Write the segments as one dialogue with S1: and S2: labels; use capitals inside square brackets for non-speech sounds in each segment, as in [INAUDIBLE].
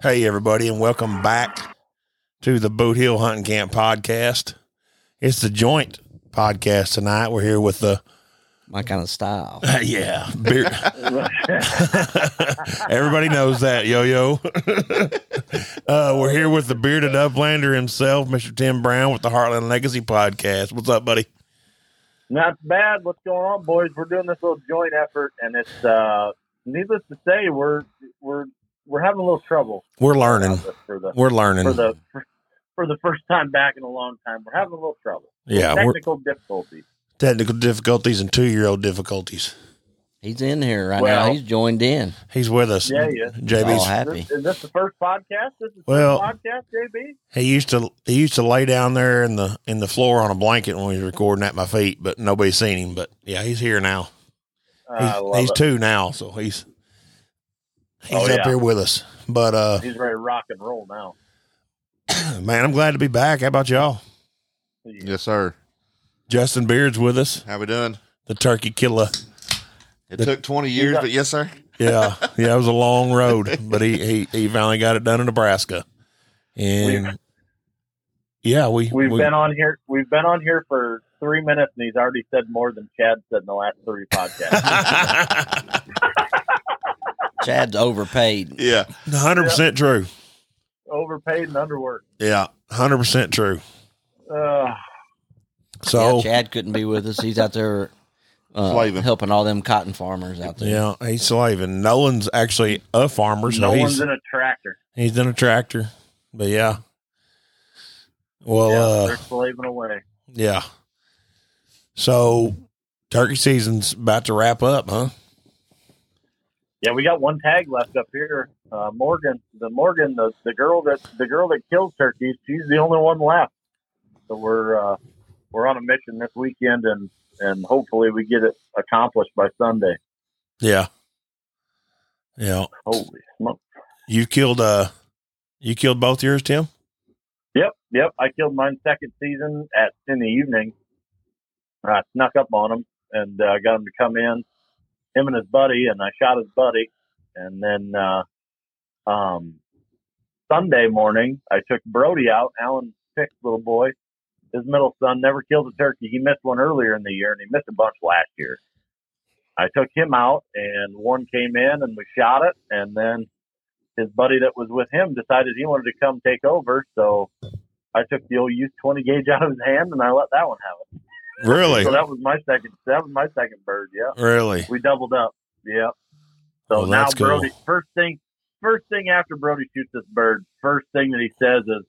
S1: Hey, everybody, and welcome back to the Boot Hill Hunting Camp podcast. It's the joint podcast tonight. We're here with the
S2: my kind of style.
S1: yeah beer. [LAUGHS] Everybody knows that yo yo. uh, we're here with the bearded uplander himself, Mister Tim Brown, with the Heartland Legacy podcast. What's up, buddy?
S3: [LAUGHS] Not bad. What's going on, boys? We're doing this little joint effort, and it's uh, needless to say, we're we're we're having a little trouble
S1: We're learning.
S3: for the
S1: We're learning.
S3: for the for, the first time back in a long time. We're having a little trouble.
S1: yeah, we're
S3: Technical difficulties.
S1: technical difficulties and two year old difficulties.
S2: He's in here right
S3: Well-
S2: now. He's joined in.
S1: He's with us.
S3: Yeah, yeah.
S2: All
S1: JB's
S2: happy.
S3: This, is this the first podcast? This is
S1: Well-
S3: the first podcast, JB.
S1: He used to he used to lay down there in the in the floor on a blanket when he was recording at my feet, but nobody seen him. But yeah, he's here now. He's,
S3: Uh, I love
S1: he's
S3: it.
S1: two now, so he's he's
S3: Oh,
S1: up
S3: yeah.
S1: here with us. But uh [CLEARS THROAT]
S3: He's ready to rock and roll now.
S1: man, I'm glad to be back. How about y'all?
S4: Yes, sir.
S1: Justin Beard's with us,
S4: How we doing?
S1: the turkey killer.
S4: It
S1: The-
S4: took 20 years,
S3: got-
S4: but yes, sir.
S1: Yeah, [LAUGHS] yeah, it was a long road, but he he, he finally got it done in Nebraska, and yeah, we
S3: We've
S1: we- [LAUGHS]
S3: been on here. We've been on here for three minutes, and he's already said more than Chad said in the last three podcasts.
S1: [LAUGHS]
S2: Chad's overpaid.
S4: Yeah.
S1: 100% true.
S3: Overpaid and underworked.
S1: Yeah, 100% true.
S3: Uh,
S1: So
S2: Yeah, Chad couldn't be with us. He's out there uh,
S4: Slaving.
S2: helping all them cotton farmers out there.
S1: Yeah, he's slaving. Nolan's actually a farmer, so
S3: no
S1: he's
S3: one's in a tractor.
S1: he's in a tractor. But yeah. Well,
S3: yeah,
S1: uh
S3: they're slaving away.
S1: yeah. So turkey season's about to wrap up, huh?
S3: Yeah, we got one tag left up here. Uh, Morgan, the Morgan, the, the girl that the girl that kills turkeys, she's the only one left. So we're uh, we're on a mission this weekend, and and hopefully we get it accomplished by Sunday.
S1: Yeah. Yeah.
S3: Holy smoke!
S1: You killed uh you killed both yours, Tim?
S3: Yep, yep. I killed mine second season at in the evening. I snuck up on him and uh, got him to come in, him and his buddy, and I shot his buddy. And then uh, um, Sunday morning, I took Brody out, Alan Pick's little boy. His middle son never killed a turkey. He missed one earlier in the year, and he missed a bunch last year. I took him out, and one came in, and we shot it. And then his buddy that was with him decided he wanted to come take over, so I took the old used twenty gauge out of his hand and I let that one have it.
S1: Really?
S3: So that was my second. That was my second bird. Yeah,
S1: really?
S3: we doubled up. Yeah. So
S1: Well,
S3: now
S1: that's cool.
S3: Brody, first thing, first thing after Brody shoots this bird, first thing that he says is,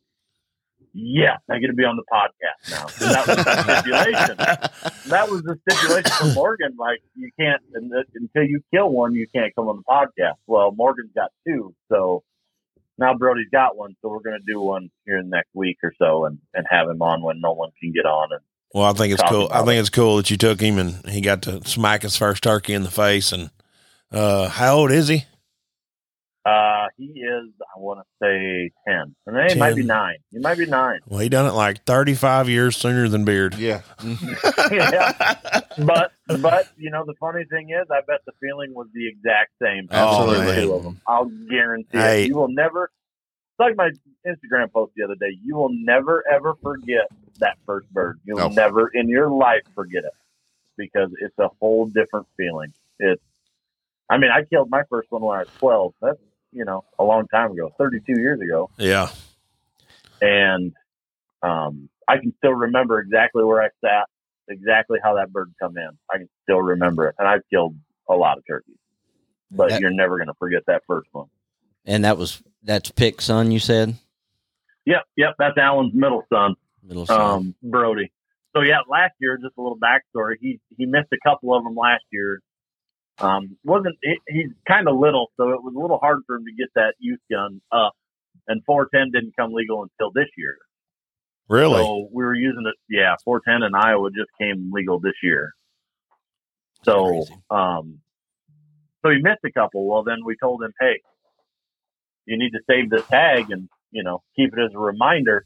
S3: "Yes, I get to be on the podcast now." So that was the stipulation.
S1: [LAUGHS]
S3: That was the stipulation for Morgan. Like you can't un- until you kill one, you can't come on the podcast. Well, Morgan's got two, so. Now Brody's got one, so we're going to do one here in the next week or so, and, and have him on when no one can get on, and
S1: Well, I think it's
S3: Talk
S1: cool. I
S3: about
S1: think it's cool that you took him and he got to smack his first turkey in the face and uh how old is he?
S3: Uh, he is, I want to say 10. And then he
S1: 10.
S3: might be nine. He might be nine. [LAUGHS]
S1: Well, he done it like 35 years sooner than Beard.
S4: Yeah.
S3: yeah. But, but, you know, the funny thing is, I bet the feeling was the exact same. for
S4: Absolutely.
S3: the two of them. I'll guarantee
S1: Hey.
S3: it. You will never, it's like my Instagram post the other day. You will never, ever forget that first bird. You'll
S4: No.
S3: never in your life forget it because it's a whole different feeling. It's, I mean, I killed my first one when I was 12. That's, you know, a long time ago, 32 years ago.
S1: Yeah.
S3: and um, I can still remember exactly where I sat, exactly how that bird come in. I can still remember it, and I've killed a lot of turkeys, but
S2: That-
S3: you're never going to forget that first one.
S2: And that was that's Pick son, you said?
S3: Yep, yep, that's Alan's middle son,
S2: Middle son.
S3: um, Brody. So yeah, last year, just a little backstory. He he missed a couple of them last year. Um, wasn't he, he's kind of little, so it was a little hard for him to get that youth gun up. And 410 didn't come legal until this year.
S1: Really?
S3: So we were using it. Yeah, 410 in Iowa just came legal this year. So,
S2: Crazy.
S3: um, so he missed a couple. Well, then we told him, hey, you need to save this tag and you know keep it as a reminder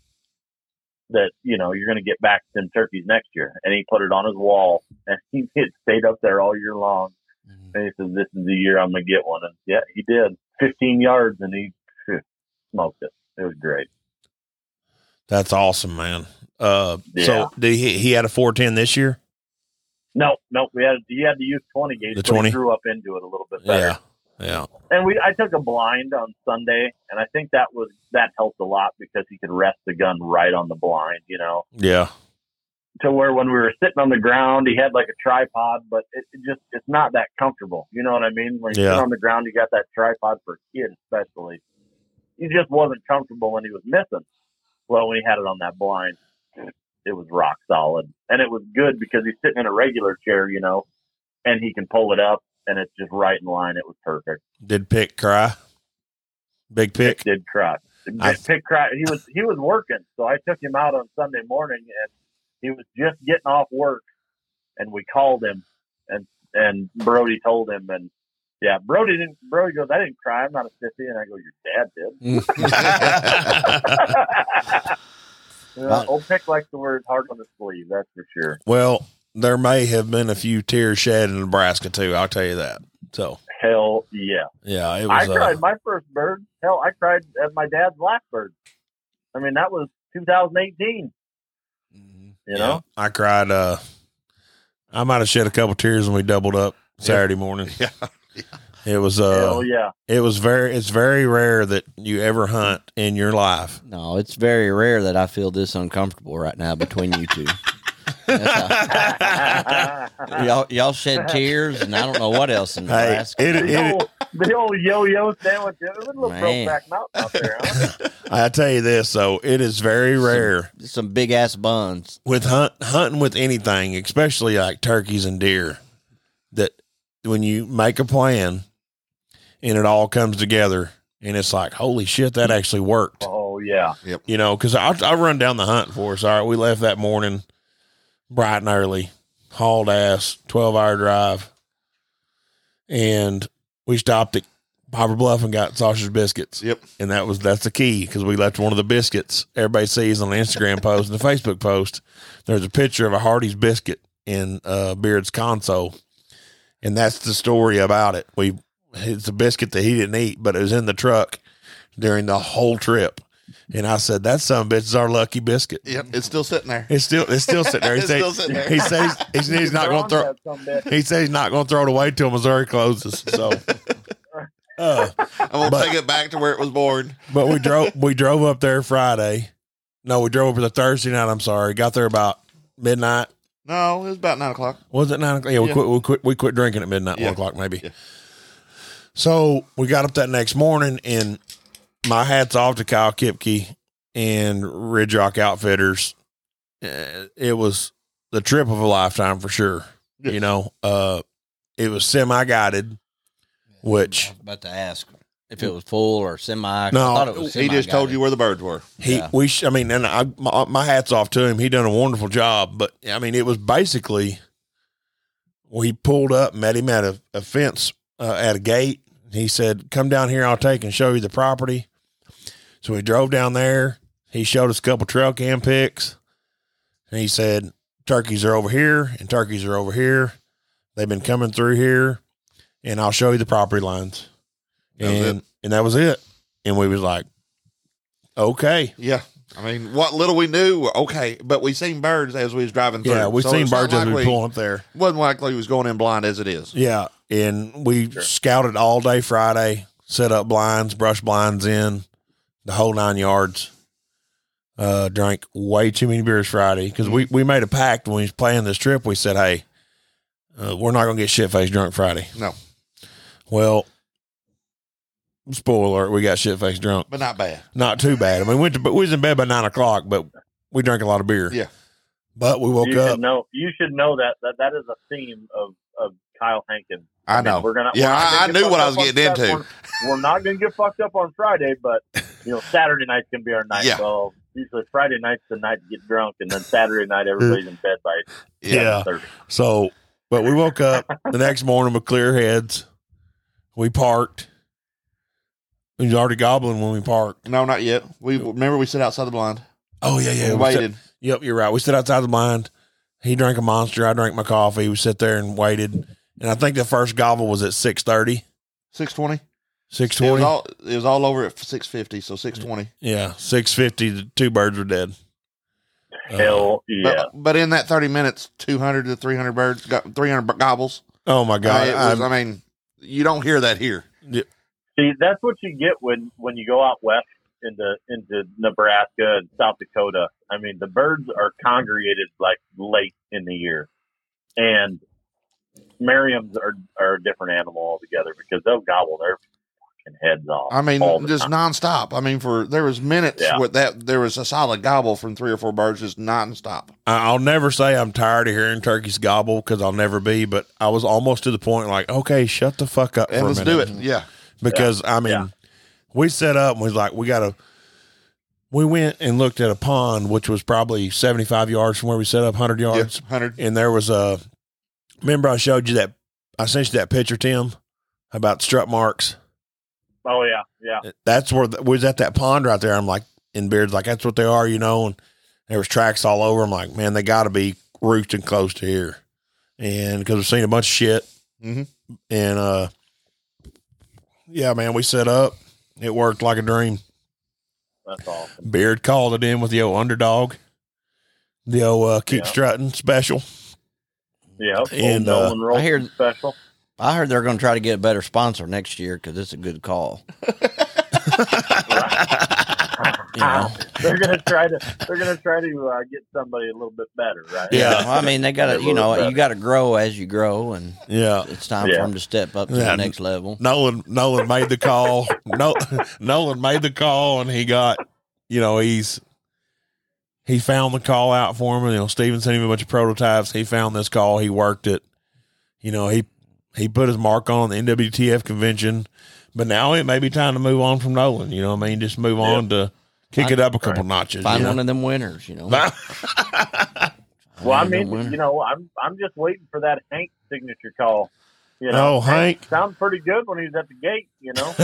S3: that you know you're going to get back to them turkeys next year. And he put it on his wall, [LAUGHS] and he it stayed up there all year long. And he said, "This is the year I'm going to get one." And yeah, he did. 15 yards, and he smoked it. It was great.
S1: That's awesome, man. Uh,
S3: Yeah.
S1: so did he, he had a 410 this year?
S3: No, no, we had he had to use twenty gauge.
S1: The
S3: so he
S1: 20?
S3: grew up into it a little bit better.
S1: Yeah. Yeah.
S3: And we I took a blind on Sunday, and I think that was that helped a lot because he could rest the gun right on the blind, you know.
S1: Yeah.
S3: To where when we were sitting on the ground, he had like a tripod, but it, it just it's not that comfortable. You know what I mean? When you
S1: Yeah.
S3: sit on the ground, you got that tripod for a kid, especially. He just wasn't comfortable when he was missing. Well, when he had it on that blind, it was rock solid, and it was good because he's sitting in a regular chair, you know, and he can pull it up, and it's just right in line. It was perfect.
S1: Did Pick cry? Big Pick?
S3: Pick did cry. Did
S1: I-
S3: Pick cry. He was he was working, so I took him out on Sunday morning, and he was just getting off work, and we called him, and and Brody told him, and yeah, Brody didn't. Brody goes, I didn't cry. I'm not a sissy, and I go, your dad did. [LAUGHS] Yeah,
S2: Right.
S3: old Pick likes the word hard on the sleeve. That's for sure.
S1: [LAUGHS] well, there may have been a few tears shed in Nebraska, too. I'll tell you that. So,
S3: Hell yeah.
S1: yeah, it
S3: I
S1: was.
S3: cried
S1: uh,
S3: my first bird. Hell, I cried at my dad's last bird. I mean, that was 2018. You
S1: mm-hmm. yeah,
S3: know,
S1: I cried. Uh, I might have shed a couple tears when we doubled up Saturday
S3: [LAUGHS]
S1: morning.
S4: Yeah.
S1: It was. uh
S3: hell yeah.
S1: It was very. It's very rare that you ever hunt in your life.
S2: No, it's very rare that I feel this uncomfortable right now between you two. That's how- [LAUGHS]
S3: [LAUGHS]
S2: y'all, y'all shed tears, and I don't know what else in
S1: Hey,
S2: Nebraska.
S1: it,
S3: The
S1: it,
S3: old, the old yo-yo sandwich. It was a little
S2: Man.
S3: Brokeback Mountain out there.
S4: [LAUGHS]
S3: Huh?
S1: I tell you this though, it is very rare
S2: Some big ass buns.
S1: with hunt hunting with anything, especially like turkeys and deer, that when you make a plan and it all comes together, and it's like, holy shit, that actually worked.
S3: Oh yeah,
S1: You know, because I I run down the hunt for us. All right, we left that morning, bright and early, hauled ass, twelve hour drive, and we stopped at Popper Bluff and got sausage biscuits.
S4: Yep.
S1: and that was that's the key because we left one of the biscuits. Everybody sees on the Instagram post and the Facebook post. There's a picture of a Hardy's biscuit in uh, Beard's console, and that's the story about it. We it's a biscuit that he didn't eat, but it was in the truck during the whole trip. And I said, "That son of a bitch is our lucky biscuit.
S4: Yep. It's still sitting there.
S1: It's still it's still sitting there. He
S4: [LAUGHS] It's
S1: said
S4: still sitting there.
S1: he says he said he's not going to throw. He says he's not going to throw it away till Missouri closes. So, uh,
S4: I'm gonna
S1: but-
S4: take it back to where it was born.
S1: but we drove we drove up there Friday. No, we drove up the Thursday night. I'm sorry. Got there about midnight.
S4: No, it was about nine o'clock.
S1: Was it nine o'clock? Yeah, we
S4: Yeah.
S1: quit. We quit. We quit drinking at midnight.
S4: Yeah.
S1: One o'clock maybe.
S4: Yeah.
S1: So we got up that next morning, and my hats off to Kyle Kipke and Ridge Rock Outfitters. Uh, It was the trip of a lifetime for sure.
S4: Yeah.
S1: You know, uh, it was semi guided,
S2: I
S1: which
S2: was about to ask if it was full or semi.
S1: No,
S2: I thought it was
S4: He just told you where the birds were.
S1: He,
S2: Yeah.
S1: we, sh- I mean, and I, my, my hat's off to him. He done a wonderful job, but I mean, it was basically we pulled up, met him at a, a fence uh, at a gate. He said, "Come down here, I'll take and show you the property." So we drove down there. He showed us a couple trail cam pics, and he said, "Turkeys are over here, and turkeys are over here. They've been coming through here, and I'll show you the property lines."
S4: That was
S1: and and that was it. And we was like, "Okay."
S4: Yeah. I mean, what little we knew, okay, but we seen birds as we was driving through.
S1: Yeah, we've
S4: So
S1: seen
S4: it's not
S1: birds as
S4: like
S1: we pull up there.
S4: Wasn't likely he was going in blind as it is.
S1: Yeah, and we
S3: Sure.
S1: scouted all day Friday, set up blinds, brush blinds in the whole nine yards. Uh, drank way too many beers Friday because
S4: Mm-hmm.
S1: we we made a pact when we was planning this trip. We said, hey, uh, we're not gonna get shit faced drunk Friday.
S4: No.
S1: Well, spoiler, alert, we got shit faced drunk
S4: But not bad.
S1: not too bad. I mean, we went to, but we was in bed by nine o'clock, but we drank a lot of beer.
S4: Yeah.
S1: But we woke
S3: You
S1: up.
S3: should know. You should know that that that is a theme of of Kyle Hankins.
S4: I
S3: mean,
S4: know.
S3: We're gonna.
S4: Yeah,
S3: we're not
S4: I-
S3: gonna
S4: I
S3: get
S4: knew
S3: fucked
S4: what I
S3: up
S4: was
S3: on
S4: getting
S3: Sat-
S4: into.
S3: We're, we're not gonna get fucked up on Friday, but you know Saturday night's gonna be our night.
S4: Yeah.
S3: Well, usually Friday night's the night to get drunk, and then Saturday night everybody's in bed by
S1: Yeah.
S3: 7:30.
S1: So, but we woke up the next morning with clear heads. We parked. He was already gobbling when we parked.
S4: No, not yet. We remember we sit outside the blind.
S1: Oh yeah, yeah.
S4: we
S1: We sit-
S4: waited.
S1: yep, you're right. We stood outside the blind. He drank a monster. I drank my coffee. We sat there and waited. And I think the first gobble was at six thirty.
S4: Six twenty.
S1: Six
S4: It was
S1: twenty.
S4: all it was all over at six fifty, so six twenty.
S1: Yeah, six fifty. The two birds were dead. Uh,
S3: Hell yeah.
S4: But but in that thirty minutes, two hundred to three hundred birds got three hundred gobbles.
S1: oh my
S4: I
S1: god!
S4: mean, it was-
S1: I'm-
S4: I mean, you don't hear that here.
S3: See, that's what you get when when you go out west into into Nebraska and South Dakota. I mean, the birds are congregated like late in the year, and Merriam's are are a different animal altogether because they'll gobble their fucking heads off.
S4: I mean,
S3: all the
S4: just
S3: time.
S4: nonstop. I mean, for there was minutes
S3: Yeah.
S4: with that. There was a solid gobble from three or four birds, just nonstop.
S1: I- I'll never say I'm tired of hearing turkeys gobble because I'll never be, but I was almost to the point like, okay, shut the fuck up.
S4: And
S1: for
S4: let's
S1: a minute.
S4: do it. Yeah,
S1: because I mean,
S3: Yeah.
S1: we set up and was like, we got to. We went and looked at a pond, which was probably seventy-five yards from where we set up, hundred
S4: yeah,
S1: yards,
S4: hundred.
S1: and there was a. Remember, I showed you that. I sent you that picture, Tim, about strut marks.
S3: Oh yeah, yeah.
S1: That's where the, was at that pond right there. I'm like, and Beard's like, that's what they are, you know. And there was tracks all over. I'm like, man, they got to be roots and close to here, and because we've seen a bunch of shit.
S4: Mhm.
S1: And uh, yeah, man, we set up. It worked like a dream.
S3: That's awesome.
S1: Beard called it in with the old underdog, the old uh, keep
S3: Yeah.
S1: strutting special.
S3: Yeah,
S1: And,
S3: old
S1: uh,
S3: Nolan Rolls
S2: I hear-
S3: special.
S2: I heard they're going to try to get a better sponsor next year because it's a good call. You know?
S3: [LAUGHS] they're gonna try to they're gonna try to uh, get somebody a little bit better, right?
S1: Yeah.
S2: Well, I mean, they got to, you know, you got to grow as you grow, and
S1: Yeah,
S2: it's time for
S3: Yeah.
S2: them to step up to
S1: Yeah.
S2: the next level.
S1: Nolan Nolan made the call. no, Nolan made the call, and he got you know he's he found the call out for him. You know, Steven sent him a bunch of prototypes. He found this call. He worked it. You know, he he put his mark on the NWTF convention. But now it may be time to move on from Nolan. You know, what I mean, just move on to kick it up a couple notches.
S2: Find
S1: you know?
S2: one of them winners, you know.
S3: Well, I
S2: Find them
S3: mean,
S2: winner.
S3: you know, I'm I'm just waiting for that Hank signature call. You
S1: [LAUGHS]
S3: know,
S1: Oh, Hank.
S3: sounded pretty good when he was at the gate.
S1: [LAUGHS]
S3: You know,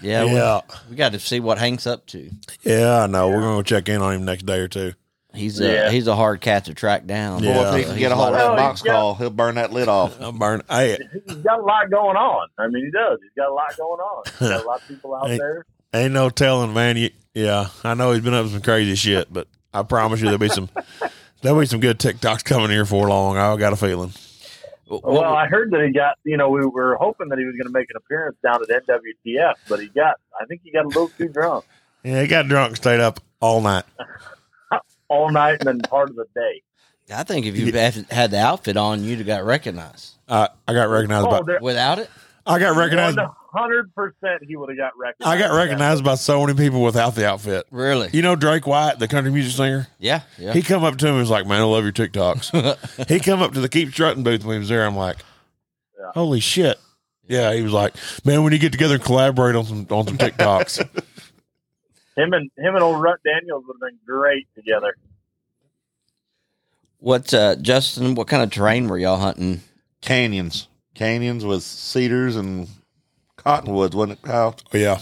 S2: yeah, we-
S1: yeah,
S2: We, got to see what Hank's up to.
S1: yeah. I know. We're gonna go check in on him next day or two.
S2: He's a
S3: Yeah.
S2: he's a hard cat to track down.
S1: Yeah.
S4: Boy, if he
S2: Uh,
S4: can
S2: he's
S4: get a hold of
S2: lot
S4: that
S3: Well,
S4: box
S3: yeah.
S4: call, he'll burn that lid off.
S1: I'm burning. Hey,
S3: he's got a lot going on. I mean, he does. He's got a lot going on. He's got a lot of people
S1: [LAUGHS]
S3: out
S1: Hey.
S3: there.
S1: Ain't no telling, man. You, yeah, I know he's been up to some crazy shit, but I promise you there'll be some [LAUGHS] there'll be some good TikToks coming here for long. I got a feeling.
S2: What-
S3: Well, I heard that he got. You know, we were hoping that he was going to make an appearance down at NWTF, but he got. I think he got a little too drunk
S1: Yeah, he got drunk, and stayed up all night.
S3: all night and then part of the day.
S2: I think if you had had the outfit on, you'd have got recognized.
S1: I I got recognized
S3: Oh,
S1: by
S3: there,
S2: Without it,
S1: I got recognized
S3: One hundred percent, he would have got recognized.
S1: I got recognized by so many people without the outfit.
S2: really?
S1: You know Drake White, the country music singer?
S2: Yeah, yeah.
S1: He come up to him and was like, Man, I love your TikToks. he come up to the Keep Strutting booth when he was there. I'm like,
S3: Yeah.
S1: Holy shit. Yeah, he was like, Man, when you get together and collaborate on some on some TikToks.
S3: him and him and old Rut Daniels would have been great together.
S2: What, uh, Justin? What kind of terrain were y'all hunting?
S4: Canyons, canyons with cedars and cottonwoods, wasn't it, Kyle?
S1: Yeah.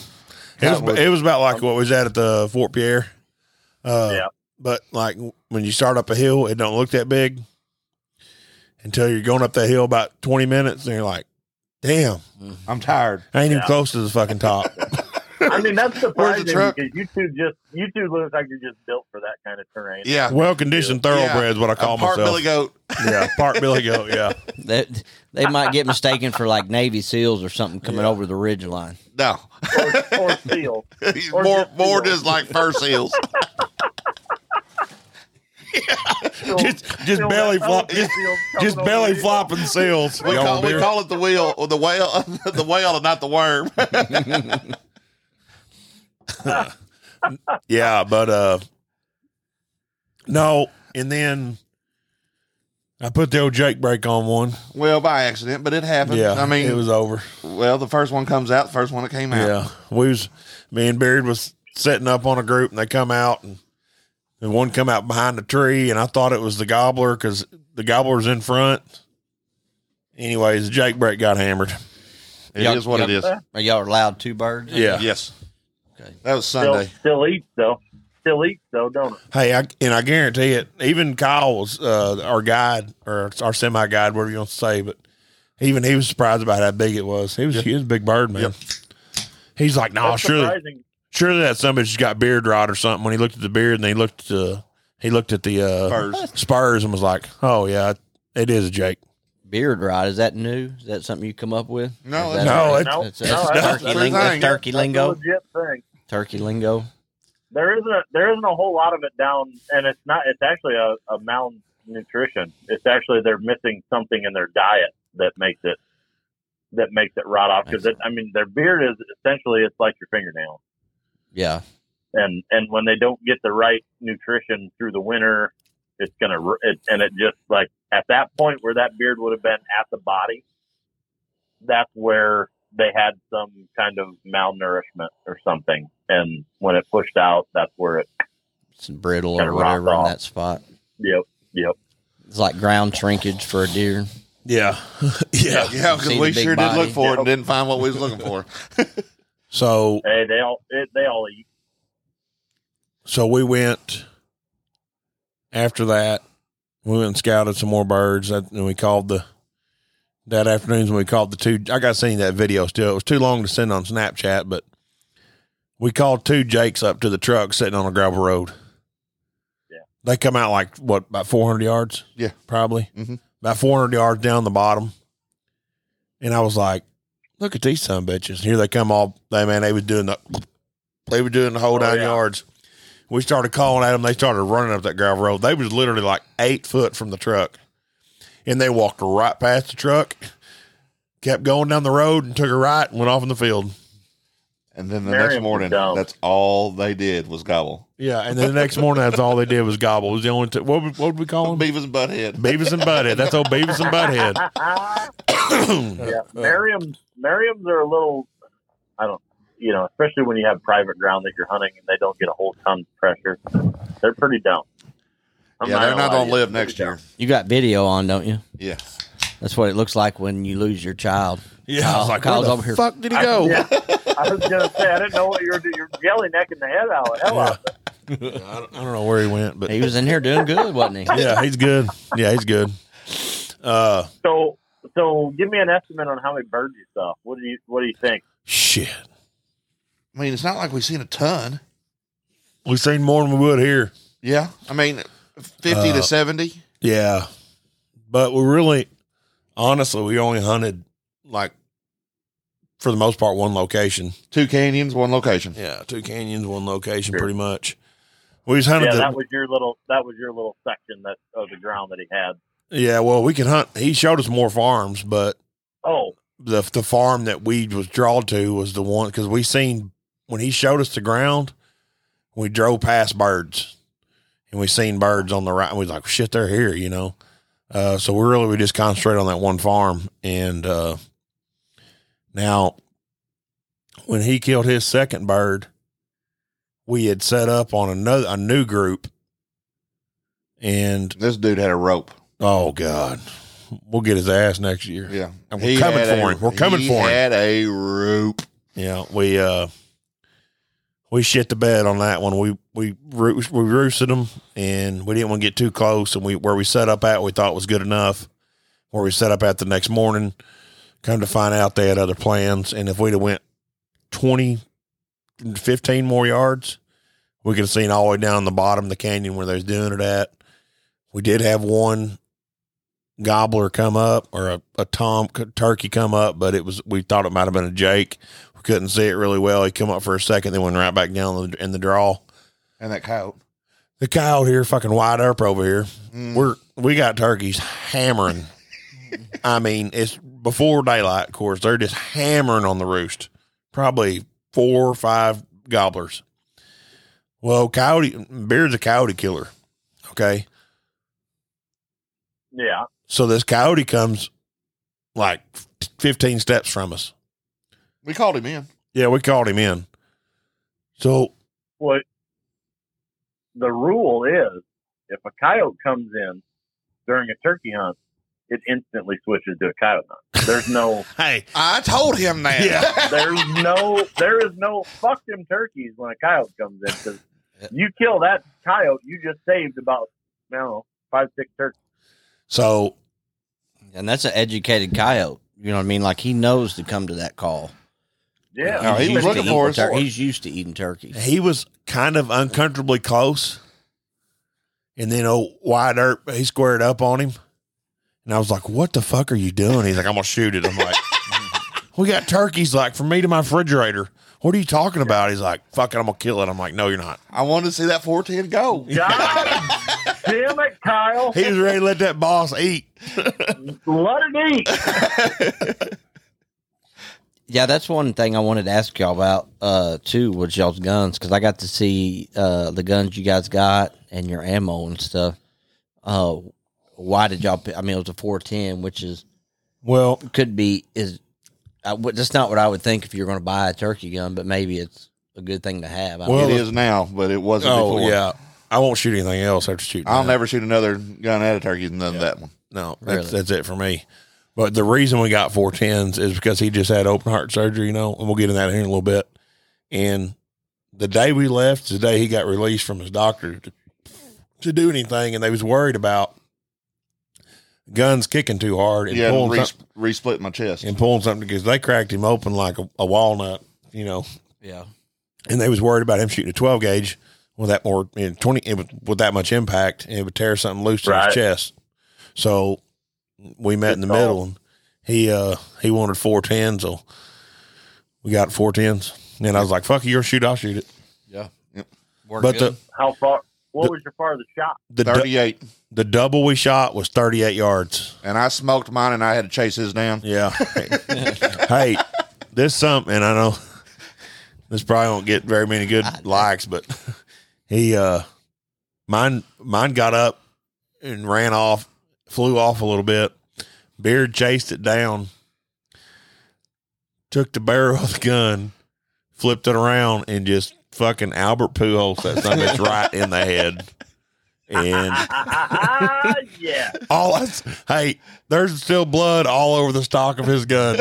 S1: It was,
S4: Cottonwood.
S1: it was about like what was at at the Fort Pierre. Uh,
S3: Yeah.
S1: But like when you start up a hill, it don't look that big until you're going up that hill about 20 minutes and you're like, damn,
S4: I'm tired.
S1: I ain't even
S3: Yeah.
S1: close to the fucking top.
S3: I
S1: [LAUGHS]
S3: mean, that's surprising
S4: truck?
S3: because you two just you two look like you're just built for that kind of terrain.
S4: Yeah,
S1: well conditioned thoroughbred is what I call
S4: I'm part
S1: myself.
S4: Billy Goat.
S1: yeah. Part Billy Goat. Yeah.
S2: They, they might get mistaken for like Navy SEALs or something coming over the ridge line.
S4: No, [LAUGHS]
S3: Or, or seal.
S4: he's
S3: Or
S4: more
S3: just
S4: more
S3: seals.
S4: just like fur seals.
S3: Seal-
S1: [LAUGHS] Just, just
S3: seal
S1: belly
S3: that
S1: flop.
S3: other
S1: Just,
S3: seal coming
S1: [LAUGHS] just
S3: over
S1: belly
S3: you.
S1: flopping seals.
S4: We
S1: Y'all
S4: call, we
S1: dear.
S4: call it the wheel, or the whale, [LAUGHS] the whale, and not the worm. [LAUGHS]
S1: yeah, but uh no, and then I put the old Jake brake on one.
S4: well, by accident, but it happened.
S1: Yeah,
S4: I mean,
S1: it was over.
S4: well, the first one comes out, the first one that came out.
S1: Yeah, we was me and Beard was setting up on a group, and they come out and. And one come out behind a tree, and I thought it was the gobbler because the gobbler's in front. Anyways, Jake Brake got hammered.
S4: It
S2: Yup,
S4: is what
S2: yup.
S4: it is.
S2: Are y'all allowed two birds?
S1: Yeah.
S4: Yes.
S2: Okay.
S4: That was
S3: Still,
S4: Sunday.
S3: still eats though. Still eats though, don't it?
S1: Hey, I, and I guarantee it. Even Kyle was uh, our guide or our semi guide, whatever you want to say, but Even he was surprised about how big it was. He was he was a big bird, man.
S4: Yep.
S1: He's like, no, nah,
S3: That's
S1: surely,
S3: surprising.
S1: surely that somebody's got beard rot or something. When he looked at the beard and he looked at the he looked at the uh,
S4: Spurs.
S1: Spurs and was like, oh yeah, it is Jake.
S2: Beard rot is that new? Is that something you come up with?
S4: No,
S2: Is that-
S1: no, it-
S2: that's,
S3: No,
S2: that's
S3: no, that's
S2: turkey
S4: a
S2: lingo. That's
S4: thing.
S2: turkey
S3: That's a
S2: lingo.
S3: legit thing.
S2: Turkey lingo.
S3: there isn't a, there isn't a whole lot of it down, and it's not. It's actually a, a malnutrition. It's actually they're missing something in their diet that makes it that makes it rot off. Because I mean, their beard is essentially it's like your fingernail,
S2: Yeah,
S3: and and when they don't get the right nutrition through the winter, it's gonna r- it, and it just like at that point where that beard would have been at the body, that's where they had some kind of malnourishment or something, and when it pushed out, that's where it.
S2: it's brittle
S3: Kinda
S2: or whatever
S3: rock
S2: in
S3: off.
S2: that spot.
S3: Yep. Yep.
S2: It's like ground shrinkage for a deer.
S1: Yeah, [LAUGHS] yeah.
S4: [LAUGHS] Yeah,
S2: See
S4: because
S2: the
S4: we
S2: big
S4: sure did look
S2: body.
S4: for it and didn't find what we was
S2: [LAUGHS]
S4: looking for.
S1: So
S3: Hey, they all it, they all eat.
S1: so we went after that. We went and scouted some more birds, that- and we called the that afternoon's when we called the two. I got seen that video still. It was too long to send on Snapchat, but we called two Jakes up to the truck sitting on a gravel road.
S3: Yeah.
S1: they come out like what about four hundred yards?
S4: Yeah.
S1: probably
S4: Mhm.
S1: about four hundred yards down the bottom. And I was like, "Look at these son bitches!" And here they come all. They man, they was doing the they were doing the whole
S3: Oh,
S1: nine
S3: yeah.
S1: yards. We started calling at them. They started running up that gravel road. They was literally like eight foot from the truck, and they walked right past the truck, kept going down the road, and took a right and went off in the field.
S4: And then the
S3: Miriam
S4: next
S3: was
S4: morning,
S3: dumb.
S4: that's all they did was gobble.
S1: Yeah, and then the next morning, that's all they did was gobble. It was the only t- what would- what would we call them?
S4: [LAUGHS] Beavis and Butthead.
S1: Beavis and Butthead. That's old Beavis and Butthead.
S3: [LAUGHS] yeah,
S2: [COUGHS]
S3: Merriam's Merriam's are a little. I don't, you know, especially when you have private ground that you're hunting and they don't get a whole ton of pressure. They're pretty dumb. I'm
S4: yeah, they're
S3: gonna
S4: not
S3: lie
S4: going to
S3: you,
S4: live
S3: they're
S4: next
S3: pretty
S4: year.
S2: You got video on, don't you?
S4: Yeah.
S2: That's what it looks like when you lose your child.
S1: Yeah, I was like,
S2: Oh, Kyle's
S1: where
S2: over
S1: the
S2: here.
S1: fuck did he go?
S3: dumb. Yeah, I was gonna say I didn't know what you were doing. You're jelly necking the hell out. Hell out. of it.
S1: I, don't, I don't know where he went, but
S2: He was in here doing good, wasn't
S1: [LAUGHS]
S2: he?
S1: yeah, he's good. Yeah, he's good. Uh,
S3: So so give me an estimate on how many birds you saw. What do you what do you think?
S1: shit.
S4: I mean, it's not like we've seen a ton.
S1: We've seen more than we would here.
S4: Yeah. I mean, 50
S1: Uh,
S4: to 70.
S1: Yeah. But we really, honestly, we only hunted like, for the most part, one location.
S4: Two canyons, one location.
S1: Yeah, two canyons, one location,
S3: Sure.
S1: pretty much. We just hunted
S3: Yeah,
S1: the,
S3: that was your little that was your little section that of the ground that he had.
S1: yeah. Well, we can hunt. He showed us more farms, but
S3: Oh,
S1: the the farm that we was drawn to was the one because we seen when he showed us the ground, we drove past birds, and we seen birds on the right. And we was like, shit, they're here, you know. Uh, so we really we just concentrated on that one farm, and uh, now when he killed his second bird, we had set up on another a new group, and
S4: This dude had a rope.
S1: oh god, we'll get his ass next year.
S4: Yeah.
S1: And we're coming
S4: had
S1: for him. We're coming
S4: he
S1: for him.
S4: had a rope.
S1: Yeah, we uh we shit the bed on that one. We we roo- we roosted them, and we didn't want to get too close. And we where we set up at, we thought was good enough. Where we set up at the next morning, come to find out they had other plans. And if we'd have went 20, 15 more yards, we could have seen all the way down the bottom of the canyon where they was doing it at. We did have one gobbler come up or a, a tom turkey come up, but it was we thought it might have been a Jake. We couldn't see it really well. He come up for a second, then went right back down in the, in the draw.
S4: And that coyote.
S1: The coyote here fucking wide up over here.
S4: Mm.
S1: We're we got turkeys hammering. I mean, it's before daylight, of course. They're just hammering on the roost. Probably four or five gobblers. Well, coyote beard's a coyote killer. Okay.
S3: yeah.
S1: So this coyote comes like fifteen steps from us.
S4: we called him in.
S1: Yeah, we called him in. So
S3: what the rule is if a coyote comes in during a turkey hunt, it instantly switches to a coyote hunt. There's no
S1: hey,
S4: I told him that.
S1: Yeah.
S3: there's no there is no fuck them turkeys when a coyote comes in because you kill that coyote, you just saved about I don't know, five, six turkeys.
S1: so
S2: And that's an educated coyote. You know what I mean? Like he knows to come to that call.
S3: Yeah.
S4: No, he
S2: used
S4: was
S2: to
S4: looking
S2: eating
S4: for us.
S2: tur- he's used to eating turkey.
S1: He was kind of uncomfortably close. And then old wide Earp, he squared up on him. And I was like, What the fuck are you doing? He's like, I'm gonna shoot it. I'm like, [LAUGHS] We got turkeys like from me to my refrigerator. What are you talking about? He's like, Fuck it, I'm gonna kill it. I'm like, No, you're not.
S4: [LAUGHS] I wanted to see that 410 go.
S3: God damn it, Kyle.
S1: He was ready to let that boss eat.
S3: Let it eat.
S2: Yeah, that's one thing I wanted to ask y'all about uh, too was y'all's guns because I got to see uh, the guns you guys got and your ammo and stuff. Uh, why did y'all? Pick, I mean, it was a four ten, which is
S1: Well,
S2: could be is I would- that's not what I would think if you're going to buy a turkey gun, but maybe it's a good thing to have. I
S1: Well,
S4: it is now, but it wasn't
S1: oh
S4: before.
S1: yeah. I won't shoot anything else after shooting.
S4: I'll
S1: that.
S4: never shoot another gun at a turkey than that one.
S1: No, that's,
S2: Really?
S1: that's it for me. But the reason we got four tens is because he just had open heart surgery, you know, and we'll get into that here in a little bit. And the day we left, the day he got released from his doctor to, to do anything, and they was worried about guns kicking too hard and
S4: Yeah,
S1: pulling
S4: re-
S1: some-
S4: resplit my chest.
S1: and pulling something because they cracked him open like a, a walnut, you know,
S2: yeah,
S1: and they was worried about him shooting a twelve gauge with that more in twenty it would- with that much impact, and it would tear something loose in
S3: Right.
S1: his chest. So we met in the
S3: Good call.
S1: middle, and he uh he wanted four tens, so we got four tens. And I was like, "Fuck you, you'll shoot, I'll shoot it." but the
S3: How far? What was your farthest shot?
S1: the du-
S4: 38.
S1: the double we shot was thirty eight yards.
S4: And I smoked mine and I had to chase his down.
S1: Yeah. hey, this something I know. This probably won't get very many good likes, but he uh mine mine got up and ran off, flew off a little bit. Beard chased it down, took the barrel of the gun, flipped it around, and just fucking Albert Pujols that something that's right in the head. And
S3: [LAUGHS] yeah.
S1: all I, s- hey, there's still blood all over the stock of his gun.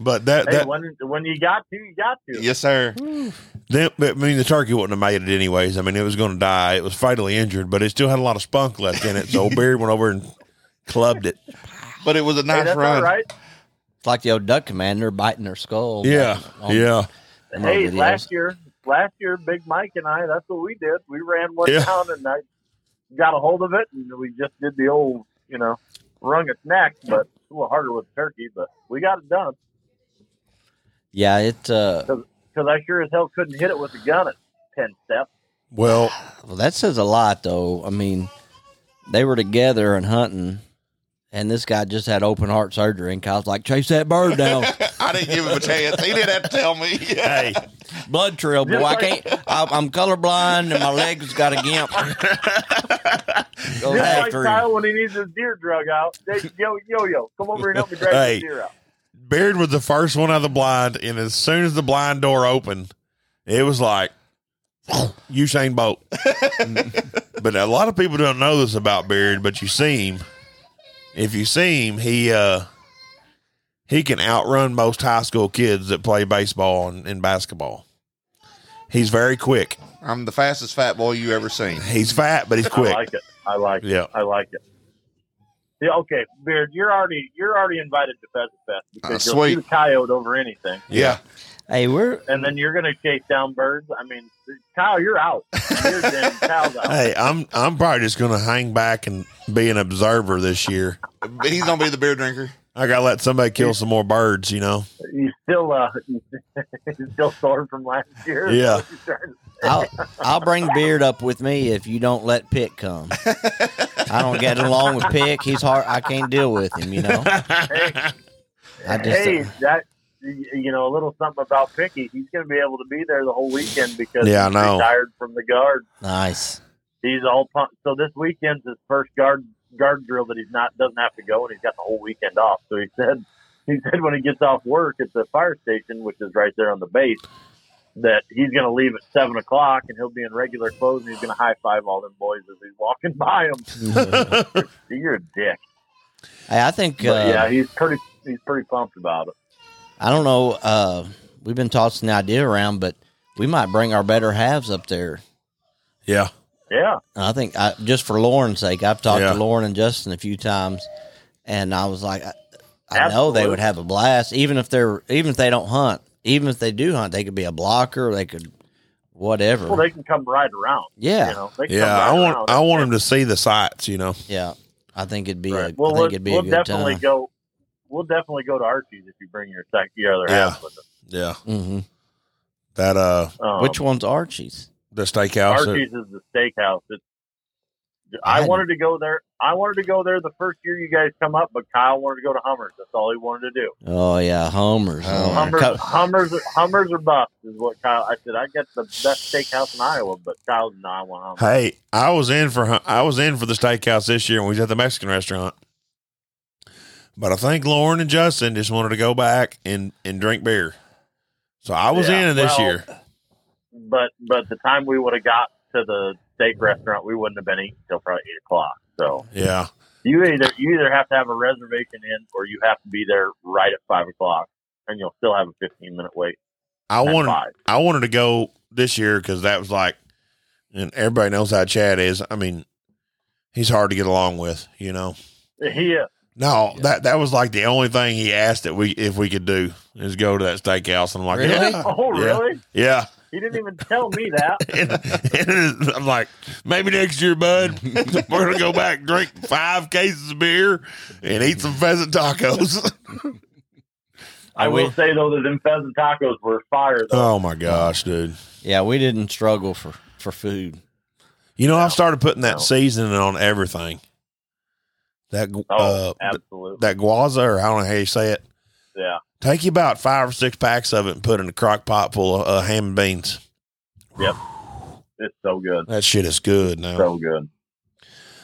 S1: but that,
S3: Hey,
S1: that
S3: when when you got to, you got to.
S4: Yes, sir.
S1: them, I mean, the turkey wouldn't have made it anyways. I mean, it was going to die. It was fatally injured, but it still had a lot of spunk left in it. So Beard went over and clubbed it.
S4: But it was a
S3: Hey,
S4: nice
S3: that's all
S4: run.
S3: right.
S2: it's like the old duck commander biting their skull. Um,
S1: Yeah,
S2: On-
S1: yeah.
S2: on our
S3: Hey,
S2: videos.
S3: last year, last year, Big Mike and I, that's what we did. We ran one
S1: Yeah.
S3: down and I got a hold of it, and we just did the old, you know, wrung its neck, but it's a little harder with turkey, but we got it done
S2: yeah, it. Uh,
S3: because I sure as hell couldn't hit it with a gun at ten steps.
S1: Well,
S2: well, that says a lot, though. I mean, they were together and hunting, and this guy just had open heart surgery, and Kyle's like, "Chase that bird
S3: [LAUGHS]
S2: down,
S4: [LAUGHS] I didn't give him a chance. He didn't have to tell me.
S1: [LAUGHS] hey,
S2: blood trail, boy. I
S3: like-
S2: can't. I, I'm colorblind, and my legs got a
S3: [LAUGHS]
S2: gimp." Go Oh,
S3: Just like
S2: after him.
S3: Kyle when he needs his deer drug out. Hey, yo, yo, yo, come over here and help me drag
S1: Hey.
S3: this deer out.
S1: Beard was the first one out of the blind, and as soon as the blind door opened, it was like [SNIFFS] Usain Bolt.
S3: [LAUGHS]
S1: but a lot of people don't know this about Beard, but you see him. If you see him, he uh he can outrun most high school kids that play baseball and, and basketball. He's very quick.
S4: [LAUGHS] I'm the fastest fat boy you ever seen.
S1: He's fat, but he's quick.
S3: [LAUGHS] I like it. I like it.
S1: Yeah.
S3: I like it. Yeah, okay, Beard, you're already you're already invited to Pheasant Fest because
S4: Uh,
S3: you'll
S4: sweet.
S3: shoot a coyote over anything,
S1: Yeah.
S2: Hey, we're
S3: and then you're gonna chase down birds. I mean, Kyle, you're out.
S1: [LAUGHS]
S3: You're damn Kyle's out.
S1: Hey, I'm I'm probably just gonna hang back and be an observer this year.
S4: But he's gonna be the beer drinker.
S1: I gotta let somebody kill some more birds, you know.
S3: You still uh, [LAUGHS] you still sore from last year. [LAUGHS]
S1: Yeah.
S2: I'll, I'll bring Beard up with me if you don't let Pick come. I don't get along with Pick. He's hard. I can't deal with him. You
S3: [LAUGHS]
S2: know. I just
S3: hey,
S1: uh,
S3: that you know a little something about Picky. He's gonna be able to be there the whole weekend because
S1: Yeah, I
S3: he's
S1: know.
S3: retired from the guard.
S2: nice.
S3: he's all pumped. So this weekend's his first guard guard drill that he's not doesn't have to go, and he's got the whole weekend off. So he said [LAUGHS] he said when he gets off work at the fire station, which is right there on the base, that he's going to leave at seven o'clock, and he'll be in regular clothes, and he's going to high five all them boys as he's walking [LAUGHS] by them.
S2: hey,
S3: You're a dick.
S2: I think uh,
S3: But yeah, he's pretty he's pretty pumped about it.
S2: I don't know. Uh, we've been tossing the idea around, but we might bring our better halves up there.
S1: Yeah.
S3: Yeah,
S2: I think I, just for Lauren's sake, I've talked
S1: Yeah.
S2: to Lauren and Justin a few times, and I was like, I- I know they would have a blast, even if they're even if they don't hunt. Even if they do hunt, they could be a blocker. They could whatever.
S3: Well, they can come right around.
S2: yeah,
S3: You know, they can
S1: Yeah,
S3: come right
S1: I
S3: around.
S1: want I want them to see the sights. You know,
S2: yeah. I think it'd be. A, I
S1: Right.
S2: think
S3: Well, we'll,
S2: it'd be
S3: we'll
S2: a good
S3: definitely
S2: time.
S3: go. We'll definitely go to Archie's if you bring your sec- your other
S1: Yeah.
S3: half with us.
S1: yeah,
S2: hmm
S1: that uh,
S3: Um,
S2: Which one's Archie's?
S1: the steakhouse.
S3: Archie's is the steakhouse. It's,
S2: I
S3: I,
S2: had-
S3: wanted to go there. I wanted to go there the first year you guys come up, but Kyle wanted to go to Hummers. That's all he wanted to do.
S2: Oh yeah, Homer's.
S4: Homer.
S2: Homer.
S3: Hummers,
S2: Co-
S3: Hummers, Hummers or bust is what Kyle. I said I get the best steakhouse in Iowa, but Kyle did not want Hummers.
S1: Hey, I was in for hun- I was in for the steakhouse this year when we was at the Mexican restaurant. But I think Lauren and Justin just wanted to go back and and drink beer. So I was
S3: Yeah,
S1: in this
S3: well-
S1: year.
S3: But but the time we would have got to the steak restaurant, we wouldn't have been eating till probably eight o'clock. So
S1: Yeah.
S3: you either you either have to have a reservation in, or you have to be there right at five o'clock, and you'll still have a fifteen minute wait.
S1: I
S3: at
S1: wanted
S3: five. [LAUGHS]
S1: I wanted to go this year because that was like and everybody knows how Chad is. I mean, he's hard to get along with, you know.
S3: He is.
S1: No,
S2: Yeah.
S1: that that was like the only thing he asked that we if we could do is go to that steakhouse. And I'm like,
S2: Really?
S1: yeah,
S3: [LAUGHS] Oh
S1: Yeah.
S3: really?
S1: yeah.
S3: He didn't even tell
S1: [LAUGHS]
S3: me that.
S1: and, and I'm like, maybe next year, [LAUGHS] bud, we're gonna go back, and drink five cases of beer, and eat some pheasant tacos.
S3: I will say though that them pheasant tacos were fire
S1: [LAUGHS]
S3: though.
S1: oh my gosh, dude!
S2: yeah, we didn't struggle for for food.
S1: You know, I've started putting that
S3: No.
S1: seasoning on everything. That gu-
S3: oh,
S1: uh, th-
S3: absolutely.
S1: that guaza, or I don't know how you say it.
S3: yeah.
S1: Take you about five or six packs of it and put it in a crock pot full of uh, ham and beans.
S3: It's so good.
S1: That shit is good now.
S3: So good.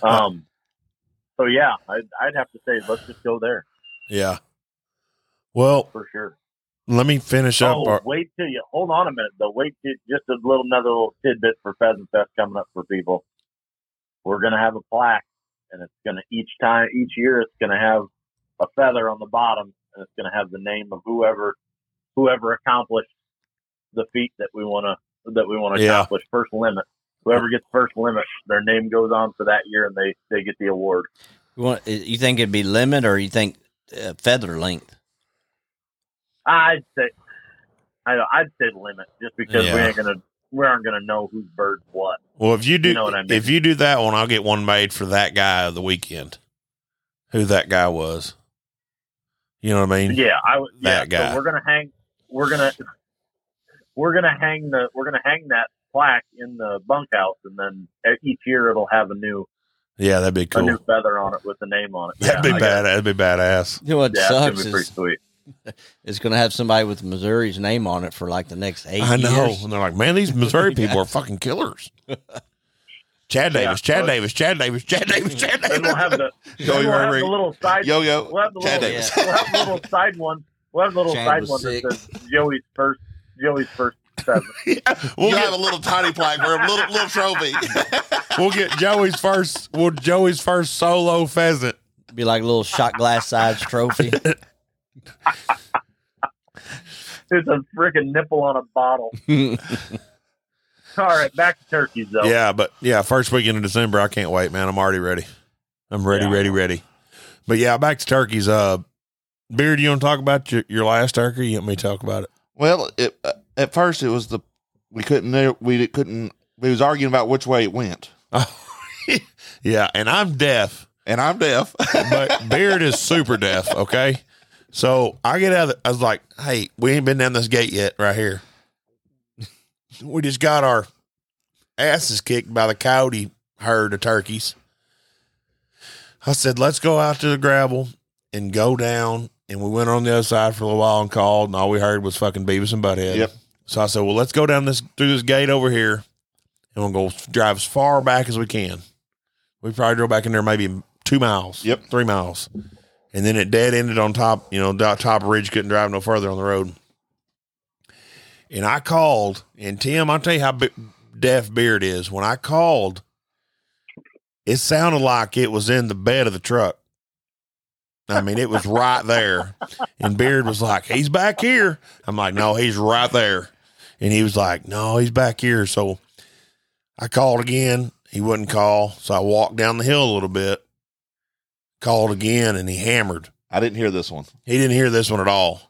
S1: Uh,
S3: Um so yeah, I'd, I'd have to say let's just go there
S1: yeah. Well,
S3: for sure.
S1: let me finish up.
S3: oh,
S1: our-
S3: wait till you hold on a minute though. Wait till just a little another little tidbit for Pheasant Fest coming up for people. We're gonna have a plaque, and it's gonna each time each year it's gonna have a feather on the bottom, and it's gonna have the name of whoever whoever accomplished the feat that we wanna that we wanna
S1: Yeah.
S3: accomplish first limit. Whoever gets first limit, their name goes on for that year, and they they get the award.
S2: You, want, eh, you think it'd be limit, or you think uh, feather length?
S3: I'd say, I don't, I'd say limit, just because we
S1: Yeah.
S3: ain't gonna we aren't gonna know whose bird's what.
S1: Well, if you do,
S3: know what I mean.
S1: if you do that one, I'll get one made for that guy of the weekend, who that guy was. You know what I mean?
S3: Yeah, I would. Yeah,
S1: That guy.
S3: So we're gonna hang. We're gonna. We're gonna hang the. We're gonna hang that plaque in the bunkhouse, and then e-, each year it'll have a new
S1: Yeah, that'd be
S3: a
S1: cool.
S3: new feather on it with the name on it.
S1: That'd
S3: yeah,
S1: be
S3: I guess-
S1: bad. That'd be badass.
S2: You know what
S3: Yeah, it's gonna
S2: sucks
S3: be pretty
S2: is
S3: sweet.
S2: it's going to have somebody with Missouri's name on it for like the next eight.
S1: I know.
S2: years.
S1: And they're like, man, these
S2: [LAUGHS]
S1: Missouri people are fucking
S3: [LAUGHS]
S1: killers. Chad
S3: Yeah.
S1: Davis, Chad Davis, Chad Davis, Chad
S3: [LAUGHS]
S1: Davis, Chad
S3: Then we'll
S1: Davis. [LAUGHS]
S3: have the. then
S4: Yo,
S3: we'll
S4: yo,
S3: have
S4: Ray.
S3: the little side.
S4: Yo yo.
S3: We'll have the
S4: Chad
S3: little,
S4: Davis.
S3: we'll have the
S1: [LAUGHS]
S3: little side one. We'll have the little
S2: Chad
S3: side
S2: was
S3: one that
S2: sick.
S3: says Joey's first. Joey's first. Seven.
S1: We'll
S4: you
S1: get,
S4: have a little tiny plaque for a little little trophy.
S1: we'll get Joey's first. Well, Joey's first solo pheasant.
S2: Be like a little shot glass
S3: [LAUGHS]
S2: size trophy.
S3: It's a freaking nipple on a bottle.
S2: [LAUGHS]
S3: All right, back to turkeys though.
S1: Yeah, but yeah, first weekend of December, I can't wait, man. I'm already ready. I'm ready,
S3: Yeah.
S1: ready, ready. But yeah, back to turkeys. Uh, Beard, you want to talk about your, your last turkey? You want me to talk about it?
S4: [LAUGHS] well, it, uh, at first it was the we couldn't know- we couldn't we was arguing about which way it went,
S1: yeah, and I'm deaf,
S4: and I'm deaf. [LAUGHS]
S1: but Beard is super deaf. Okay, so I get out. Of the, I was like, hey, we ain't been down this gate yet, right here. We just got our asses kicked by the coyote herd of turkeys. I said, let's go out to the gravel and go down. And we went on the other side for a little while and called, and all we heard was fucking Beavis and Butthead.
S4: Yep.
S1: So I said, well, let's go down this through this gate over here, and we'll go drive as far back as we can. We probably drove back in there maybe two miles.
S4: Yep.
S1: Three miles. And then it dead ended on top, you know, do- top ridge, couldn't drive no further on the road. And I called, and Tim, I'll tell you how bi- deaf Beard is. When I called, it sounded like it was in the bed of the truck. I mean, it was right there. And Beard was like, he's back here. I'm like, no, he's right there. And he was like, no, he's back here. So I called again. He wouldn't call. So I walked down the hill a little bit, called again, and he hammered.
S4: I didn't hear this one.
S1: He didn't hear this one at all.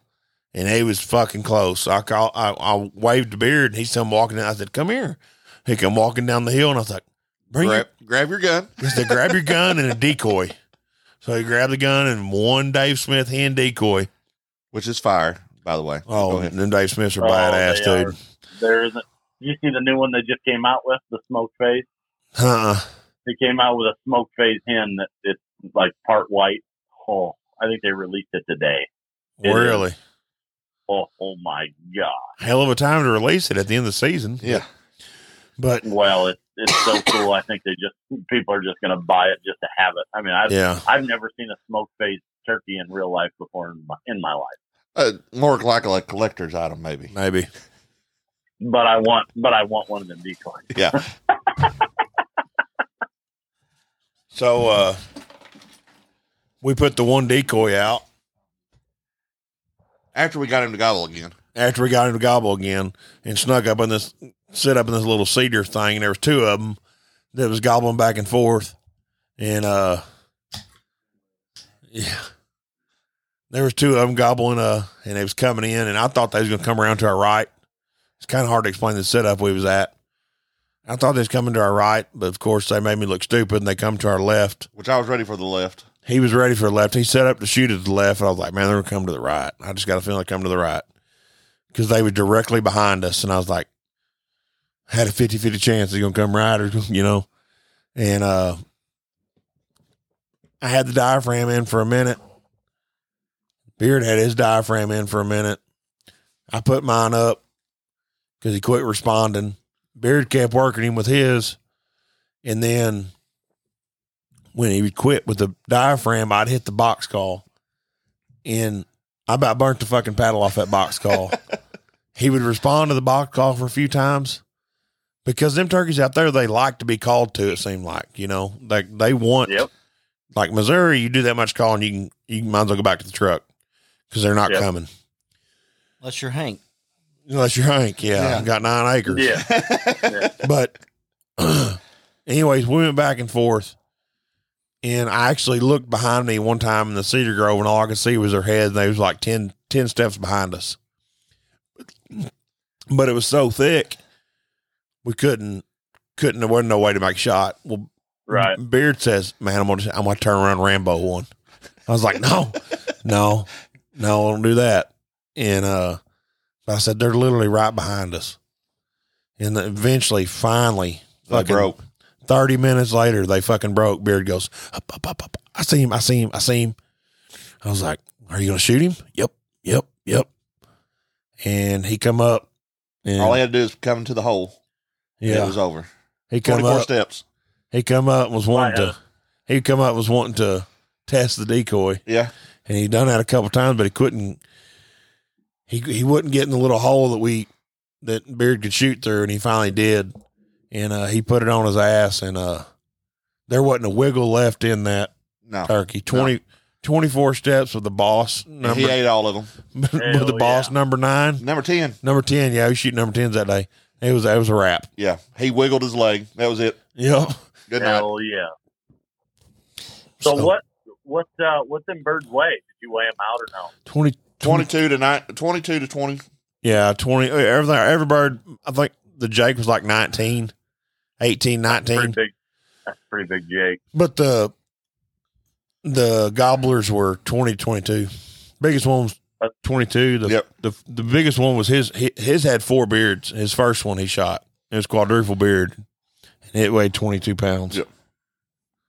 S1: And he was fucking close. I call, I, I waved the beard and he's come walking in. I said, Come here. He come walking down the hill and I was like, Bring
S4: Grab,
S1: it.
S4: grab your gun.
S1: He said, Grab your gun and a decoy. So he grabbed the gun and one Dave Smith hand decoy.
S4: which is fire, by the way. Go
S1: Oh,
S4: ahead.
S1: them Dave Smiths are
S3: Oh,
S1: badass,
S3: they
S1: dude.
S3: There isn't. You see the new one they just came out with, the smoke face.
S1: Uh uh
S3: They came out with a smoke face hen that it's like part white. Oh, I think they released it today. It is.
S1: Really?
S3: Oh, oh my god!
S1: Hell of a time to release it at the end of the season.
S4: yeah,
S1: But
S3: Well, it's it's so cool. I think they just people are just going to buy it just to have it. I mean, I've
S1: yeah.
S3: I've never seen a smoke face turkey in real life before in my, in my life.
S4: uh, more like a collector's item, [LAUGHS] maybe.
S1: Maybe.
S3: But I want but I want one of them decoys.
S4: Yeah,
S1: So uh we put the one decoy out.
S4: after we got him to gobble again.
S1: after we got him to gobble again and snuck up in this sit up in this little cedar thing and there was two of them that was gobbling back and forth and uh yeah there was two of them gobbling uh and they was coming in and i thought they was gonna come around to our right it's kind of hard to explain the setup we was at i thought they was coming to our right but of course they made me look stupid and they come to our left
S4: Which I was ready for
S1: [LAUGHS]
S4: the left.
S1: he was ready for the left. He set up to shoot at the left, and I was like, man, they're gonna come to the right. I just got a feeling they come to the right because they were directly behind us, and I was like, had a 50-50 chance they're gonna come right, or [LAUGHS] you know, and uh, I had the diaphragm in for a minute. Beard had his diaphragm in for a minute. I put mine up because he quit responding. Beard kept working him with his, and then when he would quit with the diaphragm, I'd hit the box call, and I about burnt the fucking paddle off that box
S3: [LAUGHS]
S1: call. he would respond to the box call for a few times because them turkeys out there they like to be called to. It seemed like you know, like they want
S3: Yep.
S1: like Missouri. You do that much calling, you can you might as well go back to the truck because they're not
S3: Yep.
S1: coming
S2: Unless you're Hank.
S1: unless you're Hank. Yeah,
S4: Yeah.
S1: got nine acres.
S3: Yeah.
S1: but [CLEARS THROAT] anyways, we went back and forth, and I actually looked behind me one time in the cedar grove, and all I could see was their head, and they was like 10, 10 steps behind us. But it was so thick, we couldn't couldn't there wasn't no way to make a shot. Well,
S3: Right.
S1: Beard says, "Man, I'm gonna I'm gonna turn around Rambo one." I was like, "No, no, no, don't do that." And uh, I said, "They're literally right behind us." And then eventually, finally,
S4: They
S1: fucking
S4: broke.
S1: Thirty minutes later, they fucking broke. Beard goes, up, up, up, up. "I see him, I see him, I see him." I was like, "Are you gonna shoot him?" "Yep, yep, yep." And he come up, and
S4: All I had to do is come into the hole. Yeah, it
S1: yeah,
S4: was over.
S1: he come
S4: Twenty four
S1: up.
S4: steps.
S1: He come up and was wanting
S3: Right,
S1: to. He come up and was wanting to test the decoy,
S4: Yeah,
S1: and he done that a couple times, but he couldn't. He he wouldn't get in the little hole that we that Beard could shoot through, and he finally did, and uh, he put it on his ass, and uh, there wasn't a wiggle left in that
S4: no,
S1: turkey. 20, 24 steps with the boss
S4: he
S1: number
S4: ate all of them.
S1: [LAUGHS] with
S3: Hell
S1: the boss number nine,
S4: Number ten.
S1: number ten. Yeah, he was shooting number tens that day. It was it was a wrap.
S4: Yeah, he wiggled his leg. That was it.
S1: Yep.
S4: Good night.
S3: Hell yeah. So, what what uh what them birds weigh? Did you weigh them out or no?
S1: 20, 20
S4: Twenty two to nine. Twenty two to twenty.
S1: Yeah, 20. Everything, every bird, I think the Jake was like 19, 18, 19.
S3: Pretty big. That's pretty big, Jake.
S1: But the the gobblers were 20, 22. Biggest one was 22. The,
S4: Yep.
S1: the the biggest one was his, hi- his had four beards. His first one he shot. It was quadruple beard. And it weighed 22 pounds.
S4: Yep.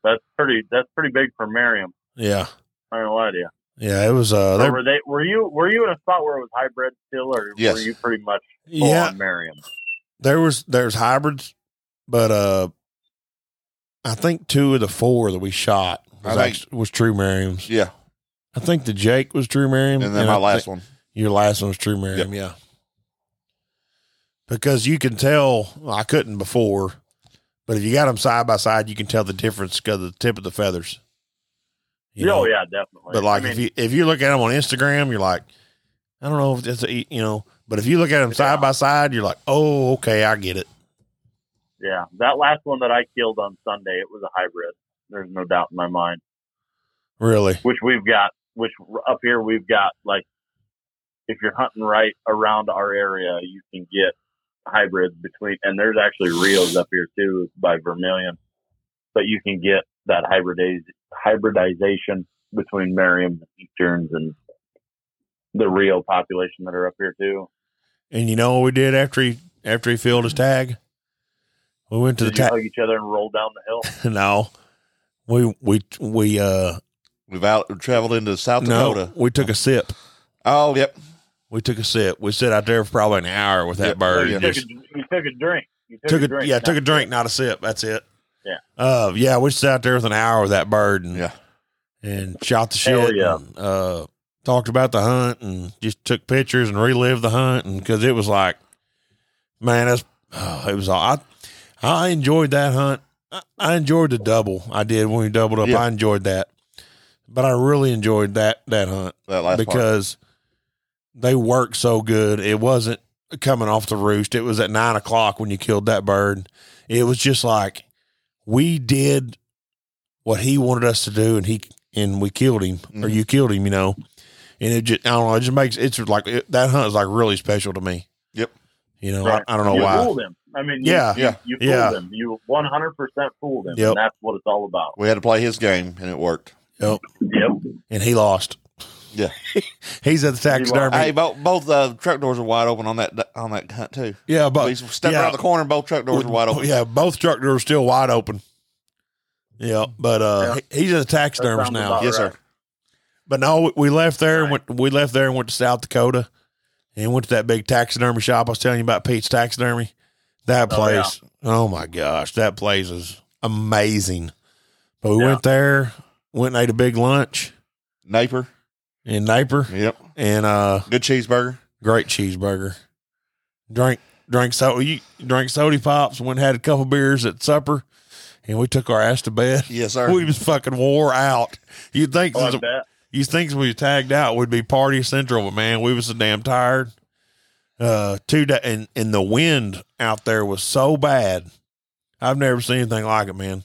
S3: That's pretty. That's pretty big for Merriam.
S1: Yeah.
S3: I don't lie to you.
S1: Yeah. It was, uh,
S3: So
S1: they-
S3: were they? Were you? Were you in a spot where it was hybrid still, or
S4: Yes.
S3: were you pretty much full
S1: yeah.
S3: on Merriam?
S1: There was there's hybrids, but uh, I think two of the four that we shot was,
S4: I think-
S1: act- was true Merriam's.
S4: Yeah,
S1: I think the Jake was True Merriam,
S4: and then my
S1: I
S4: last
S1: think
S4: one.
S1: Your last one was True Merriam, yeah. Because you can tell, well, I couldn't before, but if you got them side by side, you can tell the difference because of the tip of the feathers. You know?
S3: oh yeah, definitely.
S1: But like
S3: I mean,
S1: if you if you look at them on Instagram, you're like, I don't know if it's a, you know. But if you look at them side by side, you're like, oh, okay, I get it.
S3: yeah, that last one that I killed on Sunday, it was a hybrid. There's no doubt in my mind.
S1: Really,
S3: Which we've got which up here we've got like if you're hunting right around our area, you can get hybrids between, and there's actually reels up here too by Vermilion, but you can get that hybridiz- hybridization between Merriam's and Easterns and the real population that are up here too.
S1: And you know what we did after he after he filled his tag? We went to
S3: Did
S1: the
S3: you hug each other and roll down the hill?
S1: tag. [LAUGHS] No, we we we uh
S4: We've out traveled into South
S1: no
S4: Dakota.
S1: we took a sip.
S4: Oh, yep.
S1: We took a sip. We sat out there for probably an hour with that
S4: Yep.
S1: bird.
S4: Yeah,
S3: You
S1: and
S3: took,
S1: just-
S3: a, you took a drink. You took,
S1: took
S3: a
S1: a
S3: drink.
S1: yeah,
S3: not-
S1: took a drink, not a sip. That's it.
S3: Yeah.
S1: Uh, yeah, we sat out there with an hour with that bird and
S4: Yeah.
S1: and shot the
S3: Hell
S1: shit.
S3: yeah.
S1: and, uh, talked about the hunt and just took pictures and relived the hunt and because it was like, man, that's oh, it was. I I enjoyed that hunt. I, I enjoyed the double I did when we doubled up.
S4: Yeah.
S1: I enjoyed that, but I really enjoyed that that hunt
S4: That last part.
S1: because they worked so good. It wasn't coming off the roost. It was at nine o'clock when you killed that bird. It was just like we did what he wanted us to do, and he and we killed him, or
S4: Mhm.
S1: you killed him, you know. And it just I don't know. It just makes it's like it, that hunt is like really special to me.
S4: Yep.
S1: You know,
S3: Right.
S1: I, I don't know
S3: you
S1: why.
S3: fooled him. I mean, you-
S1: Yeah.
S3: you,
S4: Yeah.
S3: you fooled
S1: Yeah.
S3: him. You 100 percent fooled him,
S1: Yep.
S3: and that's what it's all about.
S4: We had to play his game, and it worked.
S3: Yep.
S1: And he lost.
S4: Yeah.
S1: [LAUGHS] he's at the taxidermy.
S4: Hey, both both uh, truck doors are wide open on that on that hunt too.
S1: yeah,
S4: we
S1: but
S4: stepped
S1: yeah.
S4: around the corner, and both truck doors are wide
S1: oh,
S4: open.
S1: yeah, both truck doors still wide open. Yeah, but uh, he- he's at the taxidermist
S3: sounds
S1: now.
S3: about
S4: Yes,
S3: All right.
S4: sir.
S1: But no, we- we left there and went. We left there and went to South Dakota, and went to that big taxidermy shop I was telling you about, Pete's Taxidermy. That
S3: Oh, yeah.
S1: place, oh, my gosh, that place is amazing. But we
S3: Yeah.
S1: went there, went and ate a big lunch
S4: Napier.
S1: in Napier,
S4: Yep.
S1: and uh,
S4: Good cheeseburger.
S1: great cheeseburger. Drank drank so you drank soda pops. Went and had a couple beers at supper, and we took our ass to bed.
S4: Yes, sir.
S1: We was fucking wore out. You'd think
S3: Oh, I
S1: since-
S3: bet.
S1: you think we tagged out, we'd be party central, but man, we was so damn tired. Uh, two da and and the wind out there was so bad. I've never seen anything like it, man.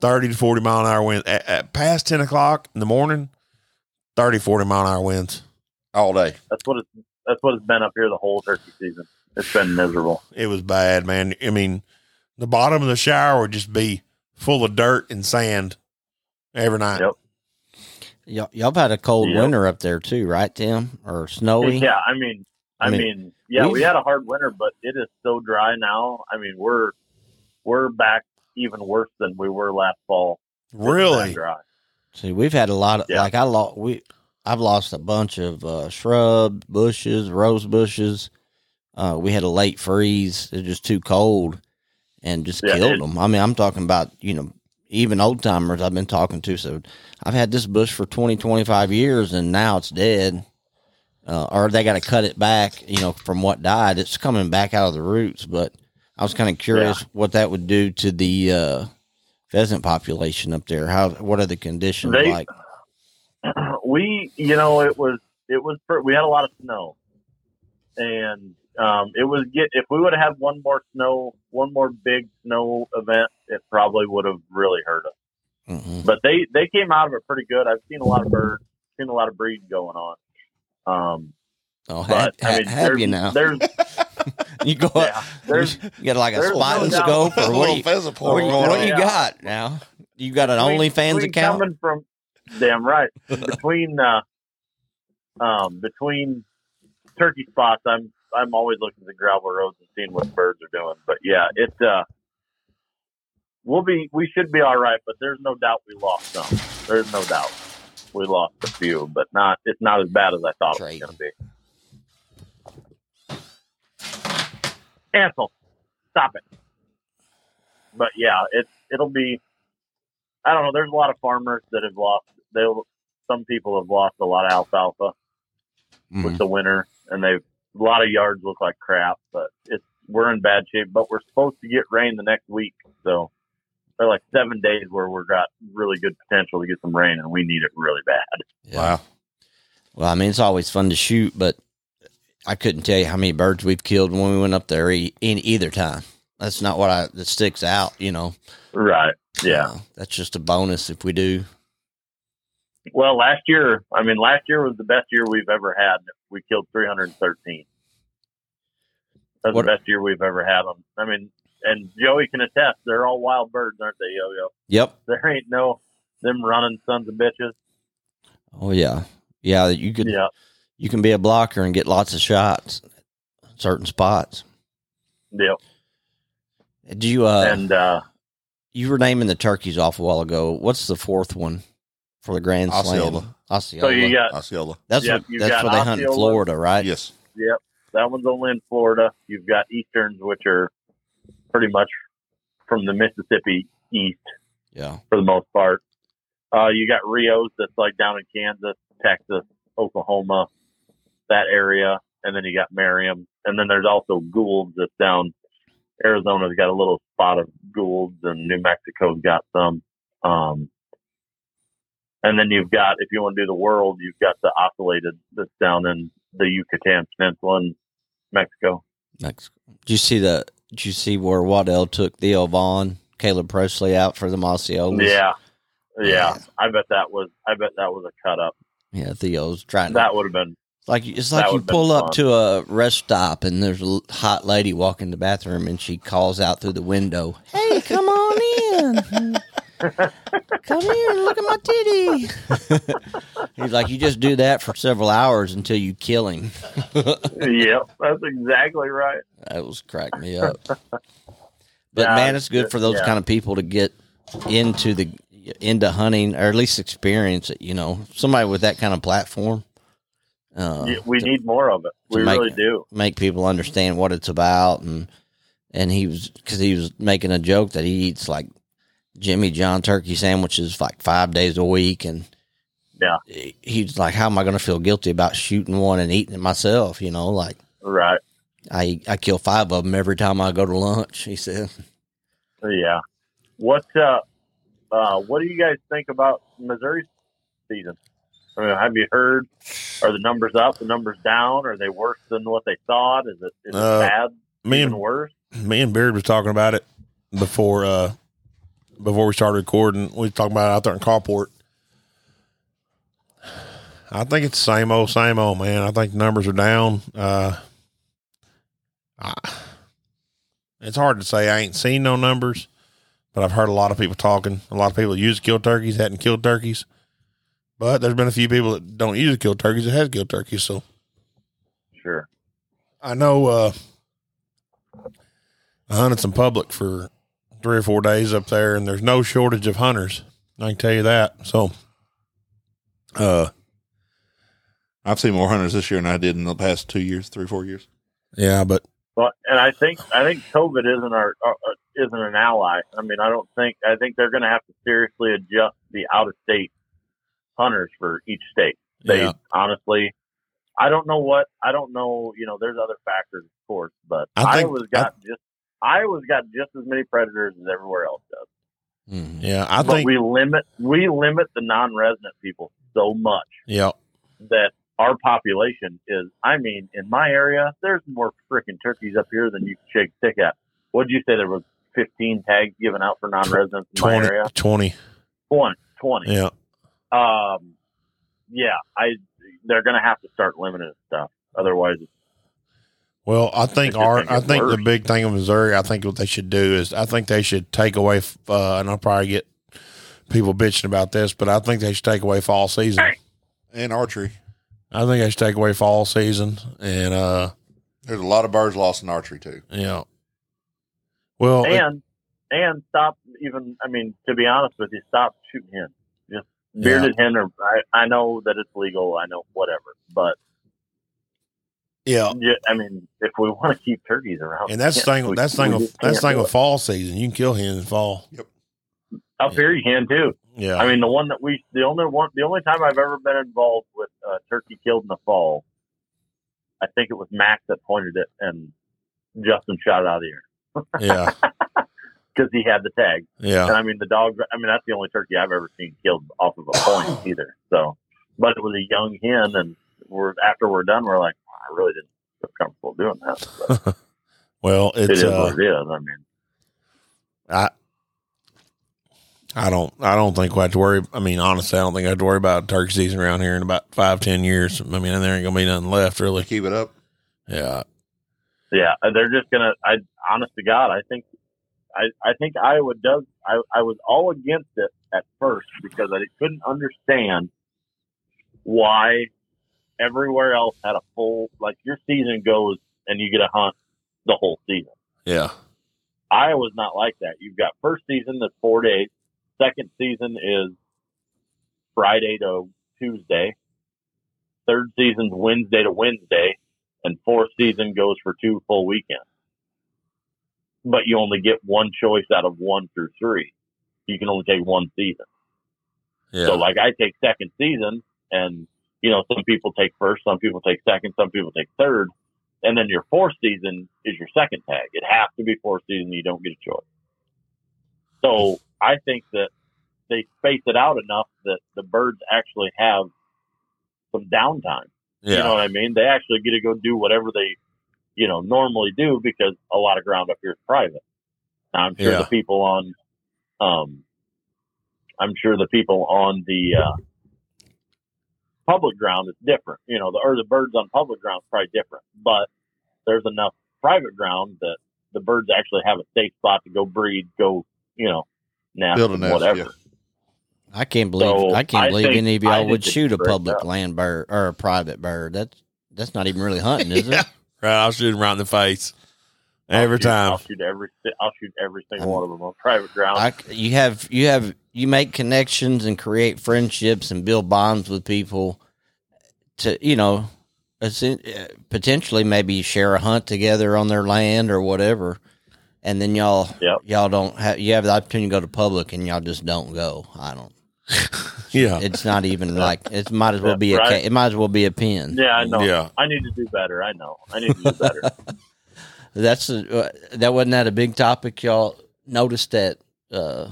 S1: Thirty to forty mile an hour wind at, at past ten o'clock in the morning. 30, 40 mile an hour winds.
S4: All day.
S3: That's what it's. That's what it's been up here the whole turkey season. It's been miserable.
S1: It was bad, man. I mean, the bottom of the shower would just be full of dirt and sand every night.
S3: Yep.
S2: Y'all, y'all had a cold
S3: Yep.
S2: winter up there too, right, Tim? Or snowy?
S3: Yeah, I mean, I
S2: I mean,
S3: mean, yeah, we
S2: we've-
S3: had a hard winter, but it is so dry now. I mean, we're we're back even worse than we were last fall. That
S1: Really?
S3: dry.
S2: See, we've had a lot of
S3: Yeah.
S2: like I lost we I've lost a bunch of uh, shrub bushes, rose bushes. Uh, we had a late freeze; it's just too cold, and just
S3: Yeah,
S2: killed 'em.
S3: it-
S2: killed them. I mean, I'm talking about you know even old timers I've been talking to. So I've had this bush for 20, 25 years, and now it's dead, uh, or they got to cut it back. You know, from what died, it's coming back out of the roots. But I was kind of curious what that would do to the uh, pheasant population up there. How what are the conditions
S3: They-
S2: like?
S3: we you know it was it was per- we had a lot of snow and um, it was get if we would have had one more snow one more big snow event it probably would have really hurt us
S2: Mhm.
S3: but they they came out of it pretty good i've seen a lot of birds seen a lot of breeds going on um
S2: Oh,
S3: but
S2: have,
S3: i mean
S2: have
S3: there's,
S2: you now?
S3: there's
S2: [LAUGHS] You go
S3: yeah, there's
S2: [LAUGHS] you got like a
S3: there's
S2: spot
S3: no
S2: and
S3: doubt. [LAUGHS]
S2: scope or [LAUGHS] what?
S4: little
S2: You,
S4: pheasant
S2: what,
S4: porn
S2: you,
S4: going
S2: what
S4: on.
S2: you got now? You got an
S3: Between-
S2: OnlyFans
S3: between
S2: account?
S3: coming from damn right between uh, um between turkey spots i'm i'm always looking at the gravel roads and seeing what birds are doing but yeah it uh we'll be we should be all right but there's no doubt we lost some there's no doubt we lost a few but not it's not as bad as i thought it was going to be Ansel, stop it but yeah it's it'll be I don't know. There's a lot of farmers that have lost. They some people have lost a lot of alfalfa
S2: Mhm.
S3: with the winter, and they've a lot of yards look like crap. But it's we're in bad shape. But we're supposed to get rain the next week, so they're like seven days where we've got really good potential to get some rain, and we need it really bad.
S2: Yeah. Well, I mean, it's always fun to shoot, but I couldn't tell you how many birds we've killed when we went up there e- in either time. That's not what I that sticks out, you know.
S3: Right? Yeah.
S2: Uh, that's just a bonus if we do.
S3: Well, last year, I mean, last year was the best year we've ever had. We killed 313. That's
S2: What-
S3: the best year we've ever had them. I mean, and Joey can attest, they're all wild birds, aren't they, Yo Yo?
S2: Yep.
S3: [LAUGHS] There ain't no them running sons of bitches.
S2: Oh yeah. Yeah, you could
S3: Yeah,
S2: you can be a blocker and get lots of shots at certain spots.
S3: yeah.
S2: Do you uh
S3: and uh,
S2: you were naming the turkeys off a while ago. What's the fourth one for the Grand Slam?
S4: Osceola.
S2: Osceola.
S3: so you got
S4: Osceola.
S2: that's
S3: yep,
S2: what
S3: you
S2: that's
S3: got
S2: what they hunt in
S3: Osceola.
S2: Florida, right?
S4: Yes.
S3: Yep. That one's only in Florida. You've got Easterns, which are pretty much from the Mississippi east
S2: Yeah.
S3: for the most part. Uh, you got Rios that's like down in Kansas, Texas, Oklahoma, that area. And then you got Merriam. And then there's also Gould's that's down. Arizona's got a little spot of Gould's and New Mexico's got some. Um, and then you've got, if you want to do the world, you've got the oscillated that's down in the Yucatan Peninsula in Mexico.
S2: Next. Did you see the did you see where Waddell took Theo Vaughn, Caleb Presley out for the Osceolas?
S3: Yeah. Yeah.
S2: Yeah.
S3: I bet that was, I bet that was a cut up.
S2: Yeah, Theo's trying to
S3: That would have been
S2: It's like it's
S3: That
S2: like you
S3: would've been
S2: pull up
S3: fun.
S2: to a rest stop and there's a l- hot lady walking the bathroom and she calls out through the window, "Hey, come
S3: [LAUGHS]
S2: on in, come here, and look at my
S3: [LAUGHS]
S2: titty." He's like, you just do that for several hours until you kill him.
S3: yep, that's exactly right.
S2: That was cracking me up. But
S3: Yeah,
S2: man, it's good
S3: it's-
S2: for those
S3: yeah.
S2: kind of people to get into the into hunting or at least experience it. You know, somebody with that kind of platform. Uh,
S3: Y- we
S2: to-
S3: need more of it.
S2: to
S3: We
S2: make
S3: really
S2: it.
S3: do.
S2: make people understand what it's about and and he was because he was making a joke that he eats like jimmy john turkey sandwiches like five days a week and
S3: Yeah.
S2: he- he's like how am i going to feel guilty about shooting one and eating it myself you know like
S3: Right.
S2: i i kill five of them every time i go to lunch he said
S3: Yeah. What uh, uh what do you guys think about Missouri season? I mean, have you heard are the numbers up, the numbers down? Are they worse than what they thought? Is it is it
S1: Uh,
S3: bad?
S1: Me
S3: even
S1: and
S3: worse?
S1: me and Beard was talking about it before uh before we started recording. We was talking about it out there in Carport. I think it's same old, same old, man. I think the numbers are down. Uh I, it's hard to say. I ain't seen no numbers, but I've heard a lot of people talking. A lot of people that used to kill turkeys, hadn't killed turkeys. But there's been a few people that don't use to kill turkeys that has killed turkeys, so
S3: Sure.
S1: I know uh I hunted some public for three or four days up there and there's no shortage of hunters. I can tell you that. So uh
S4: I've seen more hunters this year than I did in the past two years, three, four years.
S1: yeah, but
S3: Well, and I think I think COVID isn't our, our isn't an ally. I mean, I don't think I think they're going to have to seriously adjust the out of state hunters for each state. They
S1: yeah,
S3: honestly, I don't know what I don't know. You know, there's other factors, of course, but
S1: I think-
S3: Iowa's got just Iowa's got just as many predators as everywhere else does.
S2: Mhm.
S1: yeah, I
S3: but
S1: think
S3: we limit we limit the non-resident people so much
S1: yeah.
S3: that our population is. I mean, in my area, there's more freaking turkeys up here than you can shake stick at. What'd you say there was 15 tags given out for non-residents in my
S1: 20,
S3: area?
S1: 20.
S3: 20, 20.
S1: Yeah.
S3: Um, yeah, I they're gonna have to start limiting stuff. Otherwise,
S1: Well, I think
S3: It's
S1: our
S3: just
S1: I
S3: gonna get
S1: think the
S3: worse.
S1: big thing in Missouri, I think what they should do is I think they should take away f- uh and I'll probably get people bitching about this, but I think they should take away fall season.
S4: And archery.
S1: I think they should take away fall season and uh
S4: There's a lot of birds lost in archery, too.
S1: Yeah. Well, it-
S3: and and stop even i mean to be honest with you stop shooting hen just bearded hen or I, I know that it's legal i know whatever but
S1: yeah,
S3: ju- i mean if we want to keep turkeys around
S1: Uh, and that's the
S3: we can't.
S1: thing.
S3: We-
S1: That's the thing.
S3: we
S1: Of,
S3: just
S1: that's
S3: can't
S1: the thing
S3: do
S1: of
S3: it.
S1: fall season. You can kill hens in fall.
S3: up here you can too
S1: Yeah,
S3: i mean [LAUGHS] the one that we the only one the only time i've ever been involved with uh, turkey killed in the fall i think it was max that pointed it and justin shot it out of the air
S1: yeah,
S3: because he had the tag
S1: yeah,
S3: And I mean, the dog, I mean, that's the only turkey I've ever seen killed off of a point either. So, but it was a young hen, and we're after we're done, we're like, I really didn't feel comfortable doing that. But
S1: well,
S3: it
S1: it's
S3: is
S1: uh,
S3: what it is. I mean,
S1: I I don't. I don't think we have to worry. I mean, honestly, I don't think I have to worry about turkey season around here in about five, ten years. I mean, there ain't gonna be nothing left, really.
S4: Keep it up.
S1: Yeah,
S3: Yeah, uh, they're just gonna. I honest to God, I think, I I think Iowa does. I I was all against it at first because I couldn't understand why everywhere else had a full like your season goes and you get a hunt the whole season.
S1: yeah,
S3: Iowa's not like that. You've got first season that's four days. Second season is Friday to Tuesday. Third season's Wednesday to Wednesday, and fourth season goes for two full weekends. But you only get one choice out of one through three. You can only take one season.
S1: yeah.
S3: So like I take second season and you know, some people take first, some people take second, some people take third. And then your fourth season is your second tag. It has to be fourth season. You don't get a choice. So I think that they space it out enough that the birds actually have some downtime.
S1: yeah,
S3: You know what I mean? They actually get to go do whatever they, you know, normally do because a lot of ground up here is private. Now, I'm sure
S1: Yeah.
S3: the people on, um, I'm sure the people on the uh, public ground is different. You know, the or the birds on public ground is probably different, but there's enough private ground that the birds actually have a safe spot to go breed, go, you know, nest,
S4: Build a nest,
S3: whatever.
S4: yeah.
S2: I can't believe
S3: So,
S2: I can't
S3: I
S2: believe
S3: think-
S2: any of
S3: I
S2: y'all
S3: think
S2: would
S3: it's
S2: shoot a
S3: great
S2: public
S3: job.
S2: land bird or a private bird. That's that's not even really
S3: [LAUGHS]
S2: hunting, is
S1: Yeah.
S2: it?
S1: Right, I'll shoot him right in the face
S3: I'll
S1: every
S3: shoot-
S1: time.
S3: I'll shoot every, I'll shoot every single
S2: I'm-
S3: one of them on private ground.
S2: I, you have you have you make connections and create friendships and build bonds with people to you know it's in- uh, potentially maybe share a hunt together on their land or whatever and then y'all
S3: Yep.
S2: y'all don't have you have the opportunity to go to public and y'all just don't go i don't
S1: yeah,
S2: it's not even like it might as well be a
S3: Right.
S2: ca- it might as well be a pin
S3: yeah, I know.
S1: yeah.
S3: I need to do better. I know. I need to
S1: [LAUGHS]
S3: do better.
S2: That's a, uh, that wasn't that a big topic, y'all noticed that, uh,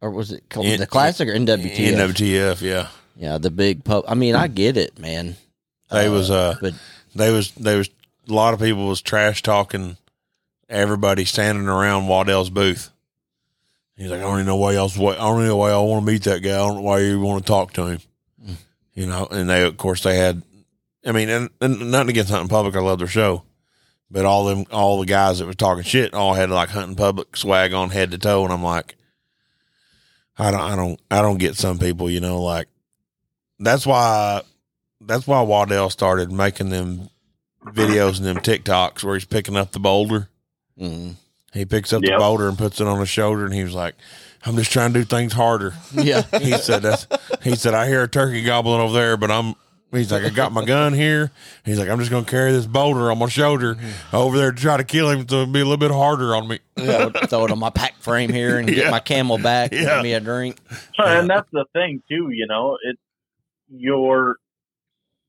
S2: or was it called
S1: N-
S2: the classic or NWTF?
S1: NWTF. Yeah,
S2: Yeah, the big pub. I mean, I get it, man.
S1: they was uh,
S2: but
S1: they was they was a lot of people was trash talking everybody standing around Waddell's booth. He's like, I don't even know why y'all's wa- I don't even know why y'all want to meet that guy. I don't know why you want to talk to him. You know, and they of course they had I mean, and, and nothing against hunting public, I love their show. But all them all the guys that was talking shit all had like hunting public swag on head to toe and I'm like I don't I don't I don't get some people, you know, like that's why that's why Waddell started making them videos and them TikToks where he's picking up the boulder.
S2: mm,
S1: He picks up the
S3: Yep.
S1: boulder and puts it on his shoulder, and he was like, "I'm just trying to do things harder."
S2: yeah,
S1: He said, "That's." He said, "I hear a turkey gobbling over there, but I'm." He's like, "I got my gun here." He's like, "I'm just gonna carry this boulder on my shoulder over there to try to kill him, so it'll be a little bit harder on me."
S2: throw, throw it on my pack frame here and
S1: Yeah.
S2: get my camel back. and
S1: Yeah.
S2: Give me a drink.
S3: and that's the thing too. You know, it's your.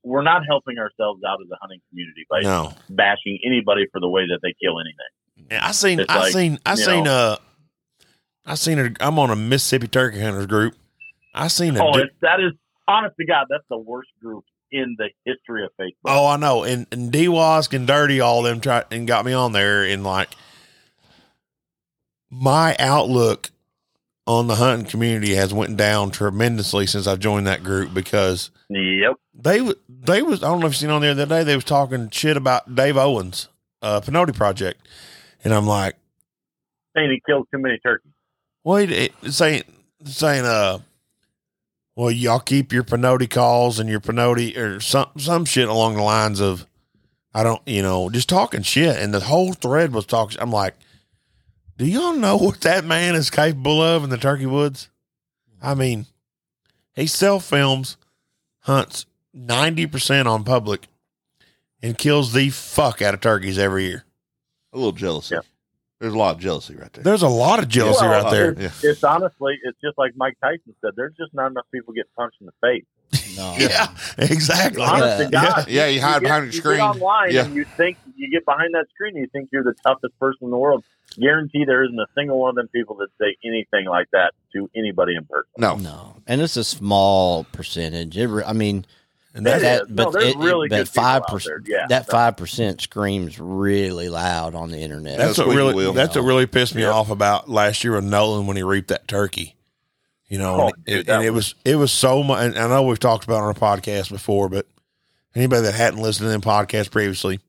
S3: We're not helping ourselves out as a hunting community by
S1: No,
S3: bashing anybody for the way that they kill anything.
S1: Yeah, I seen,
S3: It's
S1: I
S3: like,
S1: seen, I
S3: you
S1: seen,
S3: know.
S1: uh, I seen. A, I'm on a Mississippi turkey hunters group. I seen a.
S3: Oh,
S1: du-
S3: it's, that is honest to God. That's the worst group in the history of Facebook.
S1: Oh, I know. And, and D Wask and Dirty, all them tried and got me on there. And like, my outlook on the hunting community has went down tremendously since I joined that group because
S3: Yep.
S1: they w- they was I don't know if you seen on there the other day they was talking shit about Dave Owens, uh, Pinotti Project, and I'm like,
S3: Saying he killed too many turkeys.
S1: Wait, it- saying saying uh, well, y'all keep your Pinotti calls and your Pinotti or some some shit along the lines of, I don't, you know, just talking shit, and the whole thread was talking. I'm like, do y'all know what that man is capable of in the turkey woods? I mean, he self films, hunts ninety percent on public, and kills the fuck out of turkeys every year.
S4: A little jealousy.
S3: Yeah.
S4: There's a lot of jealousy right there.
S1: There's a lot of jealousy
S3: Well,
S1: right there.
S4: Yeah.
S3: It's honestly, it's just like Mike Tyson said. There's just not enough people getting punched in the face.
S2: No,
S1: [LAUGHS] Yeah, exactly.
S3: Honest to
S1: Yeah.
S3: God.
S4: Yeah, you hide
S3: get-
S4: behind your
S3: you
S4: screen.
S3: Get online
S4: Yeah.
S3: and you think you get behind that screen, you think you're the toughest person in the world. Guarantee there isn't a single one of them people that say anything like that to anybody in person.
S4: No.
S2: no, and it's a small percentage. It, re- I mean,
S1: And
S3: That
S1: that's-
S3: is. No, there's really good people out there. Yeah.
S2: that five percent screams really loud on the internet.
S1: That's
S4: Yeah,
S1: what
S4: squeaky
S1: really
S4: wheel.
S1: that's what really pissed me
S3: Yeah.
S1: off about last year with Nolan when he reaped that turkey. You know,
S3: Oh,
S1: and,
S3: dude,
S1: it-
S3: that
S1: and it was it was so much. And I know we've talked about it on our podcast before, but anybody that hadn't listened to them podcast previously,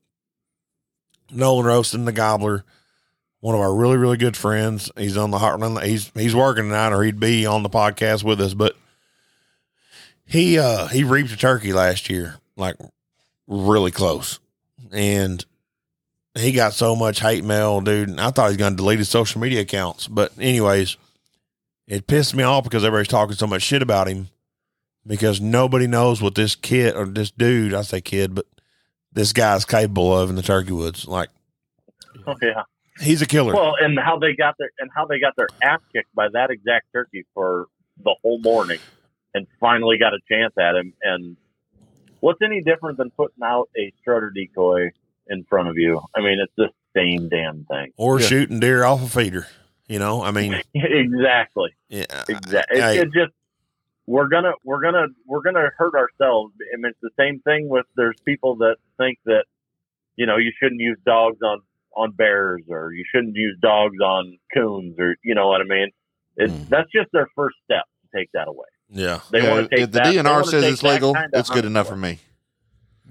S1: Nolan Roaston, the Gobbler, one of our really really good friends. He's on the Heartland. He's he's working tonight, or he'd be on the podcast with us. But he uh he reaped a turkey last year, like really close, and he got so much hate mail, dude. And I thought he was going to delete his social media accounts. But anyways, it pissed me off because everybody's talking so much shit about him because nobody knows what this kid or this dude, I say kid, but this guy's capable of in the turkey woods. Like
S4: Mm-hmm.
S3: Oh, yeah.
S1: he's a killer.
S3: Well, and how they got their and how they got their ass kicked by that exact turkey for the whole morning, and finally got a chance at him. And what's any different than putting out a strutter decoy in front of you? I mean, it's the same damn thing.
S1: or
S4: Yeah.
S1: shooting deer off a feeder. You know, I
S3: [LAUGHS]
S1: mean,
S3: exactly.
S1: yeah,
S3: Exactly. It,
S1: I-
S3: it just we're gonna we're gonna we're gonna hurt ourselves. I mean, it's the same thing with there's people that think that you know you shouldn't use dogs on on bears or you shouldn't use dogs on coons or you know what I mean. It's
S2: Mm.
S3: that's just their first step to take that away.
S1: yeah,
S3: They
S4: Hmm. Yeah,
S3: want to take
S4: if the
S3: that- they
S4: DNR
S3: wanna
S4: says
S3: take
S4: it's
S3: that
S4: legal,
S3: kinda
S4: it's good
S3: hunting
S4: enough
S3: away.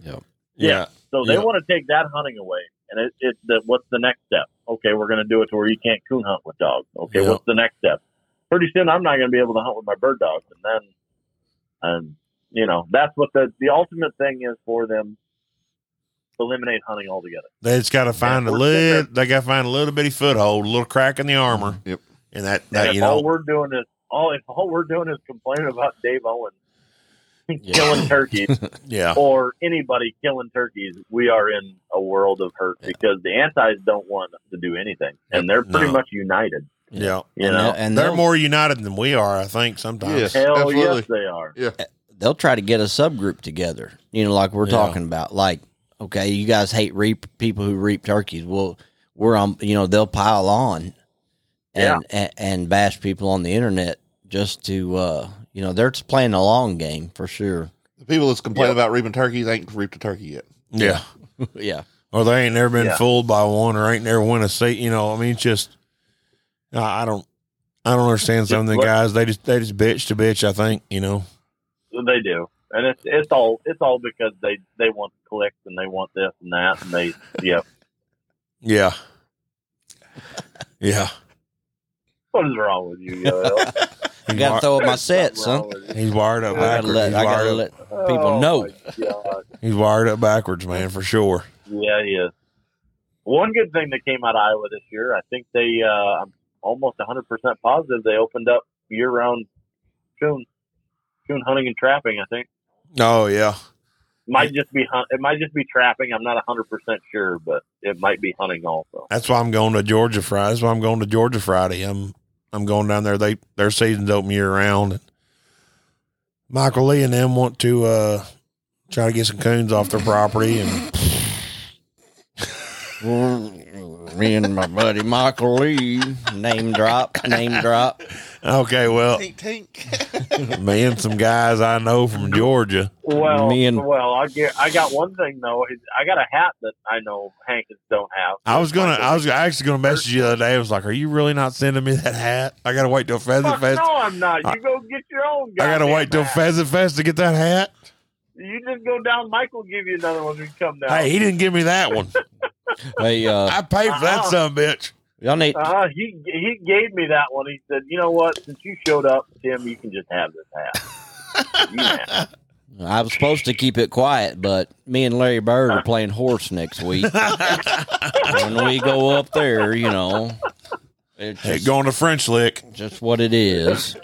S4: for me.
S2: Yep.
S1: yeah,
S3: So they
S1: Yeah.
S3: want to take that hunting away, and it, it the, what's the next step? Okay, we're going to do it to where you can't coon hunt with dogs. Okay,
S1: Yeah.
S3: what's the next step? Pretty soon, I'm not going to be able to hunt with my bird dogs, and then, and you know, that's what the the ultimate thing is for them: eliminate hunting altogether.
S1: They just got to find a
S3: we're sitting
S1: little. They got to find a little bitty foothold, a little crack in the armor,
S4: Yep.
S1: and that,
S3: And
S1: that
S3: if
S1: you know,
S3: all we're doing is all if all we're doing is complaining about Dave Owen
S2: Yeah.
S3: killing turkeys,
S2: [LAUGHS]
S1: yeah,
S3: or anybody killing turkeys, we are in a world of hurt because the antis don't want us to do anything, and they're pretty
S1: No.
S3: much united.
S1: yeah.
S3: You
S2: and
S3: know,
S2: they'll, and
S1: They're
S2: they'll-
S1: more united than we are, I think. Sometimes,
S4: Yes,
S3: hell
S4: absolutely.
S3: yes, they are.
S2: they'll try to get a subgroup together. You know, like we're
S1: Yeah.
S2: talking about. Like, okay, you guys hate reap people who reap turkeys. Well, we're on. You know, they'll pile on, and and, and bash people on the internet just to. uh You know, they're just playing a long game for sure.
S4: The people that's complaining
S3: Yep.
S4: about reaping turkeys ain't reaped a turkey yet.
S1: yeah.
S2: yeah,
S1: or they ain't never been
S3: Yeah.
S1: fooled by one, or ain't never won a seat. You know, I mean, it's just I I don't, I don't understand some of the
S3: Look-
S1: guys. They just they just bitch to bitch. I think you know.
S3: They do, and it's it's all it's all because they they want clicks and they want this and that, and they
S2: [LAUGHS]
S3: yeah.
S1: Yeah, [LAUGHS] yeah.
S3: What is wrong with you? Yo?
S2: I
S1: He's, wi-
S2: got to throw up my
S3: There's nothing
S2: set, son.
S3: wrong with you.
S1: he's wired up
S2: I gotta
S1: backwards.
S2: let
S1: he's,
S2: I gotta
S1: wired up,
S2: let people
S3: Oh,
S2: know.
S3: my God.
S1: he's wired up backwards, man, for sure.
S3: Yeah, he is. One good thing that came out of Iowa this year, I think they, uh, I'm almost 100% positive they opened up year round coon, coon hunting and trapping, I think.
S1: Oh yeah,
S3: Might just be hunt. It might just be trapping. I'm not 100% sure, but it might be hunting also.
S1: that's why I'm going to Georgia Friday. That's why I'm going to Georgia Friday. I'm I'm going down there. They their season's open year round. And Michael Lee and them want to uh, try to get some coons off their property and.
S2: Me and my buddy Michael Lee, name drop, name drop.
S1: Okay,
S3: [LAUGHS]
S1: well,
S4: Tink tink.
S1: me and some guys I know from Georgia.
S3: Well,
S2: Me and-
S3: well, I get, I got one thing though. is I got a hat that I know Hankins don't have.
S1: I was gonna, I was actually gonna message you the other day. I was like, "Are you really not sending me that hat? I gotta wait till Pheasant
S3: Fuck,
S1: Fest.
S3: no, I'm not.
S1: I-
S3: You go get your own.
S1: I gotta
S3: goddamn
S1: wait till
S3: hat.
S1: Pheasant Fest to get that hat."
S3: You just go down. Michael give you another one when you come down.
S1: Hey, he didn't give me that one.
S2: Hey, uh,
S1: I paid for that
S3: Uh-uh.
S1: son of a bitch.
S2: y'all need
S3: Uh, he he gave me that one. He said, "You know what? Since you showed up, Tim, you can just have this hat." You can have
S1: [LAUGHS]
S3: it.
S2: I was supposed to keep it quiet, but me and Larry Bird are playing horse next week. when we go up there, you know, it's
S1: Hey,
S2: just,
S1: going to French Lick.
S2: just what it is.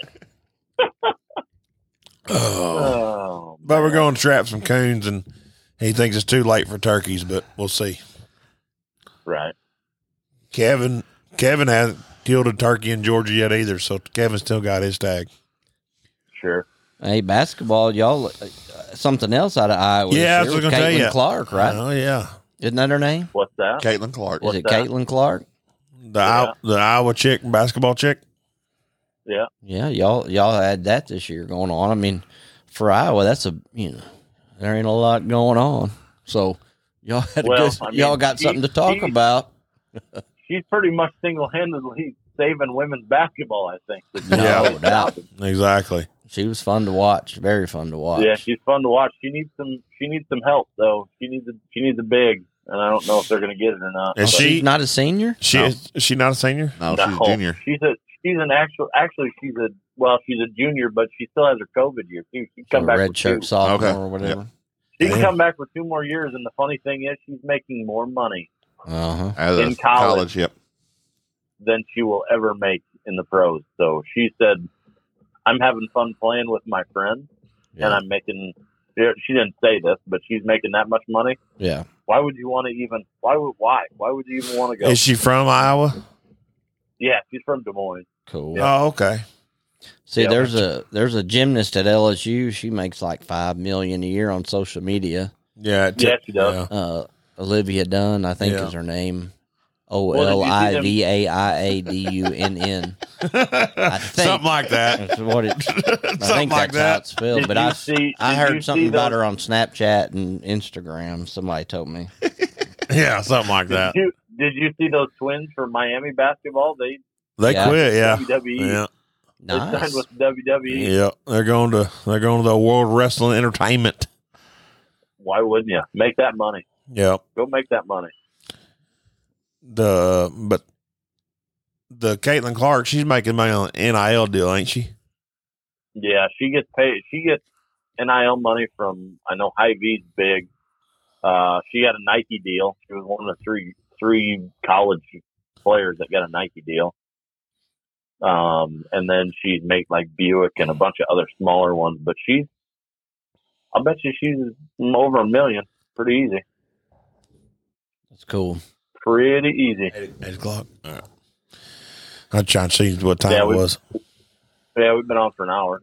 S1: Oh.
S3: Oh,
S1: But we're going to trap some coons, and he thinks it's too late for turkeys, but we'll see.
S3: right.
S1: Kevin, Kevin hasn't killed a turkey in Georgia yet either, so Kevin still got his tag.
S3: Sure.
S2: Hey, basketball, y'all. Uh, something else out of Iowa. this
S1: Yeah, that's
S2: year
S1: what
S2: was
S1: I'm gonna
S2: Caitlin
S1: tell ya.
S2: Clark, right?
S1: Oh yeah.
S2: Isn't that her name?
S3: What's that?
S4: [LAUGHS] Caitlin Clark.
S2: Is
S3: What's
S2: it
S3: that?
S2: Caitlin Clark?
S1: The
S3: Yeah.
S1: Iowa, the Iowa chick, basketball chick.
S2: Yeah, y'all y'all had that this year going on. I mean, for Iowa, that's a you know there ain't a lot going on. So y'all had a
S3: Well,
S2: good,
S3: I mean,
S2: y'all got
S3: she-
S2: something to talk
S3: she-
S2: about.
S3: She's pretty much single-handedly saving women's basketball. I think.
S2: No
S1: Yeah.
S2: doubt.
S1: Exactly.
S2: She was fun to watch. Very fun to watch.
S3: Yeah, she's fun to watch. She needs some. She needs some help though. She needs a. She needs a big, and I don't know if they're going to get it or not.
S1: Is
S2: She's
S1: she
S2: not a senior?
S1: she
S4: No.
S1: is she not a senior?
S2: Oh,
S4: No,
S3: No.
S4: she's a junior.
S3: She's a. She's an actual. Actually, she's a. Well, she's a junior, but she still has her COVID year too. She can come
S2: Or
S3: back
S2: red
S3: with
S2: shirt
S3: two.
S2: sophomore
S4: Okay.
S2: or whatever.
S3: She can
S1: Yeah.
S3: come back with two more years, and the funny thing is, she's making more money
S2: Uh huh.
S4: As
S3: In
S4: a
S3: college. [LAUGHS]
S4: Yep.
S3: than she will ever make in the pros. So she said, "I'm having fun playing with my friends, and
S2: Yeah.
S3: I'm making." She didn't say this, but she's making that much money.
S2: yeah.
S3: Why would you want to even? Why would why? Why would you even want to go?
S1: Is she from Iowa?
S3: Yeah, she's from Des Moines.
S2: Cool.
S1: Oh, okay.
S2: See,
S3: Yeah.
S2: there's a there's a gymnast at LSU. She makes like five million a year on social media.
S1: Yeah. [LAUGHS] it took-
S3: Yeah, she does.
S2: Uh, Olivia Dunn, I think,
S1: Yeah.
S2: is her name. O
S3: Well, did
S2: L
S3: you see
S2: I
S3: them-
S2: V A I A D U N
S1: [LAUGHS]
S2: N.
S1: yeah.
S2: think-
S1: Something like [LAUGHS] that.
S2: That's what it.
S1: Something
S2: I think
S1: like
S2: that's how
S1: that.
S2: it's spelled.
S3: Did
S2: But
S3: you
S2: I
S3: see-
S2: I
S3: did you
S2: heard
S3: see
S2: something about
S3: those-
S2: her on Snapchat and Instagram. Somebody told me.
S1: Yeah, something like
S3: Did
S1: that.
S3: you did you see those twins from Miami basketball? They
S1: They
S2: Yeah.
S1: quit. Yeah.
S3: WWE
S1: Yeah.
S3: they
S2: Nice.
S3: signed with E. WWE.
S1: Yeah. They're going to they're going to the World Wrestling Entertainment.
S3: Why wouldn't you make that money?
S1: Yeah.
S3: Go make that money.
S1: The but the Caitlin Clark, she's making money on the NIL deal, ain't she?
S3: Yeah, she gets paid. She gets nil money from I know High V's big. Uh, she got a Nike deal. She was one of the three three college players that got a Nike deal. Um, and then she'd make like Buick and a bunch of other smaller ones. But she's, I bet you she's over a million. Pretty easy.
S2: That's cool.
S3: Pretty easy.
S1: Eight, o'clock. All right. I'm trying to see what time
S3: Yeah,
S1: it
S3: we-
S1: was.
S3: Yeah, we've been on for an hour.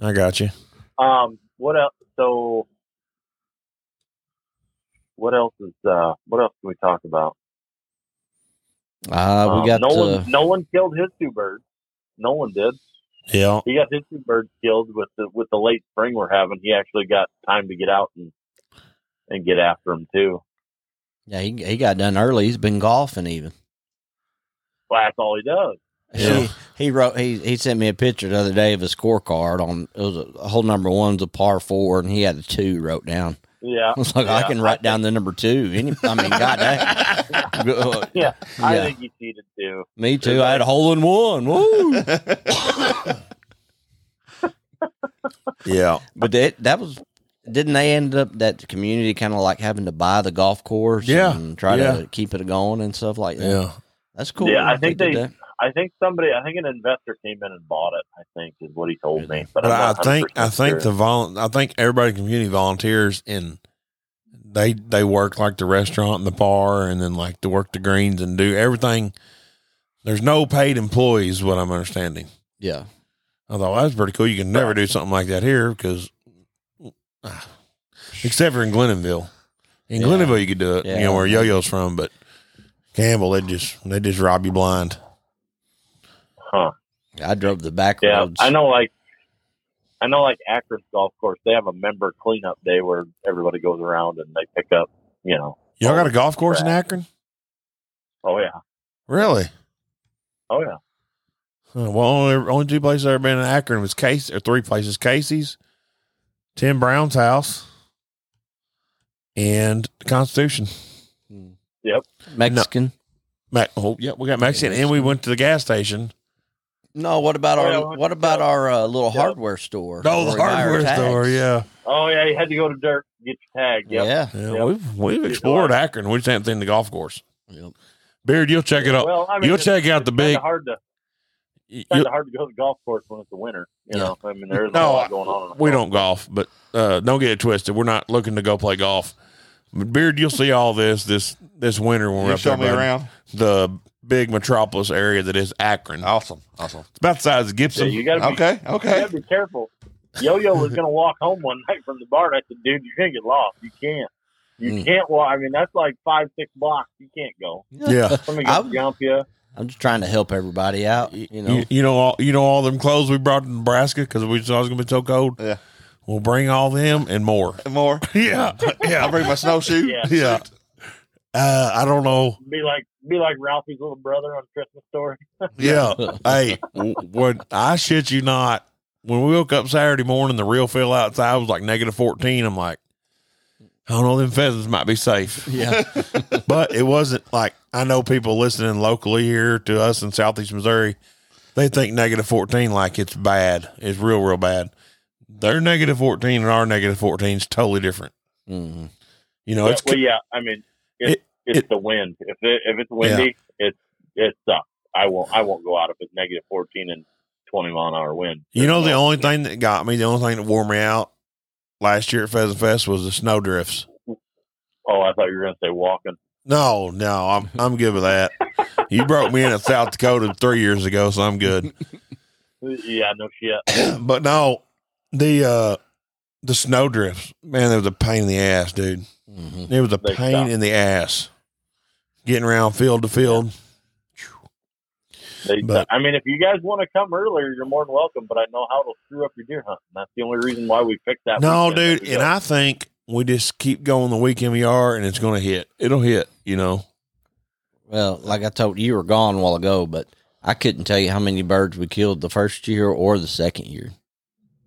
S1: I got you.
S3: Um, what else? So, what else is uh, what else can we talk about?
S2: Uh,
S3: Um,
S2: we got
S3: no
S2: the
S3: one. No one killed his two birds. No one did.
S1: Yeah.
S3: He got his two birds killed with the with the late spring we're having. He actually got time to get out and and get after them too.
S2: yeah. He he got done early. He's been golfing even.
S3: Well, that's all he does.
S1: Yeah.
S2: He, he wrote he he sent me a picture the other day of his scorecard on it was a, a whole number one's a par four and he had a two wrote down. [LAUGHS]
S3: Yeah, [LAUGHS]
S2: I was like, I
S3: Yeah,
S2: can write down the number two. [LAUGHS] Any, I mean,
S4: uh,
S2: goddamn.
S3: yeah. I
S2: Yeah.
S3: think he cheated too.
S2: Me too. I had a hole in one.
S3: [LAUGHS]
S2: Woo.
S1: Yeah.
S2: But that that was didn't they end up that community kind of like having to buy the golf course
S1: Yeah,
S2: and try
S1: yeah.
S2: to keep it going and stuff like that.
S1: Yeah.
S2: That's cool.
S3: Yeah, I think
S2: did
S3: they-
S2: that.
S3: I think somebody. I think an investor came in and bought it. I think is what he told me. But,
S1: But
S3: I'm
S1: I
S3: not
S1: think I
S3: 100%
S1: think
S3: sure.
S1: the vol I think everybody in the community volunteers and they they work like the restaurant and the bar and then like to work the greens and do everything. There's no paid employees, is what I'm understanding.
S2: yeah.
S1: I thought well, that's pretty cool. You can never do something like that here because, [SIGHS] except for in Glenonville, in
S2: Yeah.
S1: Glenonville you could do it. You
S2: Yeah.
S1: know where Yo-Yo's from, but Campbell they just they just rob you blind.
S3: huh.
S2: I drove the back
S3: Yeah,
S2: roads.
S3: I know. Like, I know. Like Akron Golf Course, they have a member cleanup day where everybody goes around and they pick up. You know.
S1: Y'all got a golf course in Akron?
S3: Oh yeah.
S1: Really?
S3: Oh yeah.
S1: Uh, Well, only, only two places I've ever been in Akron was Casey, or three places: Casey's, Tim Brown's house, and Constitution.
S3: Yep.
S2: Hmm. Mexican.
S1: Mac, oh, yeah, we got Mexican, and we went to the gas station.
S2: No, what about
S3: Oh,
S2: our
S3: yeah, we went
S2: what
S3: to
S2: about
S3: Chubb's.
S2: our uh, little
S3: Chubb's.
S2: hardware store?
S1: No,
S2: where
S1: Oh, the
S2: we buy our
S1: hardware
S2: tags?
S1: store. Yeah,
S3: Oh yeah. You had to go to Dirk to get your tag. Yep.
S2: yeah.
S1: yeah.
S3: Yep.
S1: We've we've explored Akron. We just haven't seen the golf course.
S2: Yep.
S1: Beard, you'll check it out.
S3: Well, I mean,
S1: you'll
S3: it's-
S1: check out the
S3: It's kinda
S1: big.
S3: hard to
S1: you-
S3: kind of hard to go to the golf course when it's the winter. You
S2: Yeah.
S3: know, I mean, there's a
S1: No,
S3: lot going on. in the
S1: we
S3: golf.
S1: don't golf, but uh, don't get it twisted. We're not looking to go play golf. But Beard, you'll see all this this this winter when we're
S4: you
S1: up
S4: show
S1: there.
S4: me
S1: bud.
S4: around.
S1: The big metropolis area that is Akron.
S4: Awesome. Awesome.
S1: It's about the size of
S3: So
S1: Gibson.
S3: you gotta be,
S4: Okay.
S3: you
S4: Okay.
S3: gotta be careful. Yo Yo was gonna walk home one [LAUGHS] night from the bar. And I said, "Dude, you're gonna get lost. You can't. You
S2: Mm.
S3: can't walk. I mean, that's like five, six blocks. You can't go.
S1: yeah.
S3: Somebody gonna
S2: I'm-
S3: jump you."
S2: [LAUGHS] I'm just trying to help everybody out. You know,
S1: You, you know all you know all them clothes we brought to Nebraska because we just thought it was gonna be so cold.
S4: Yeah.
S1: We'll bring all them and more.
S4: More.
S1: Yeah.
S4: I'll
S1: Yeah.
S4: bring my snowshoe.
S3: Yeah.
S1: [LAUGHS] yeah. Uh, I don't know.
S3: Be like be like Ralphie's little brother on Christmas Story.
S1: Yeah. hey, w- when I shit you not, when we woke up Saturday morning, the real fell outside was like negative 14. I'm like, I don't know, them pheasants might be safe.
S2: [LAUGHS] Yeah.
S1: but it wasn't like I know people listening locally here to us in Southeast Missouri, they think negative 14 like it's bad. It's real, real bad. Their negative 14 and our negative 14 is totally different.
S2: Mhm.
S1: You know,
S3: But-
S1: it's
S3: well, yeah, I mean, it's
S1: It-
S3: it's
S1: it-
S3: the wind. If it, if it's windy, it's it sucks. I won't I won't go out if it's negative fourteen and twenty mile an hour wind.
S1: You know, the only thing that got me, the only thing that wore me out last year at Pheasant Fest was the snow drifts.
S3: oh, I thought you were going to say walking.
S1: No, no, I'm I'm good with that. you broke me in at South Dakota three years ago, so I'm good.
S3: Yeah, no shit.
S1: but no, the uh the snow drifts, man, there was a pain in the ass, dude.
S2: Mhm.
S1: It was a
S3: They
S1: pain
S3: suck.
S1: in the ass. Getting around field to field.
S3: They,
S1: [LAUGHS] But-
S3: I mean, if you guys want to come earlier, you're more than welcome. But I know how it'll screw up your deer hunting. That's the only reason why we picked that.
S1: No,
S3: weekend that
S1: dude,
S3: we
S1: and
S3: got.
S1: I think we just keep going the weekend we are and it's gonna hit. It'll hit, you know.
S2: Well, like I told you, you were gone a while ago, but I couldn't tell you how many birds we killed the first year or the second year.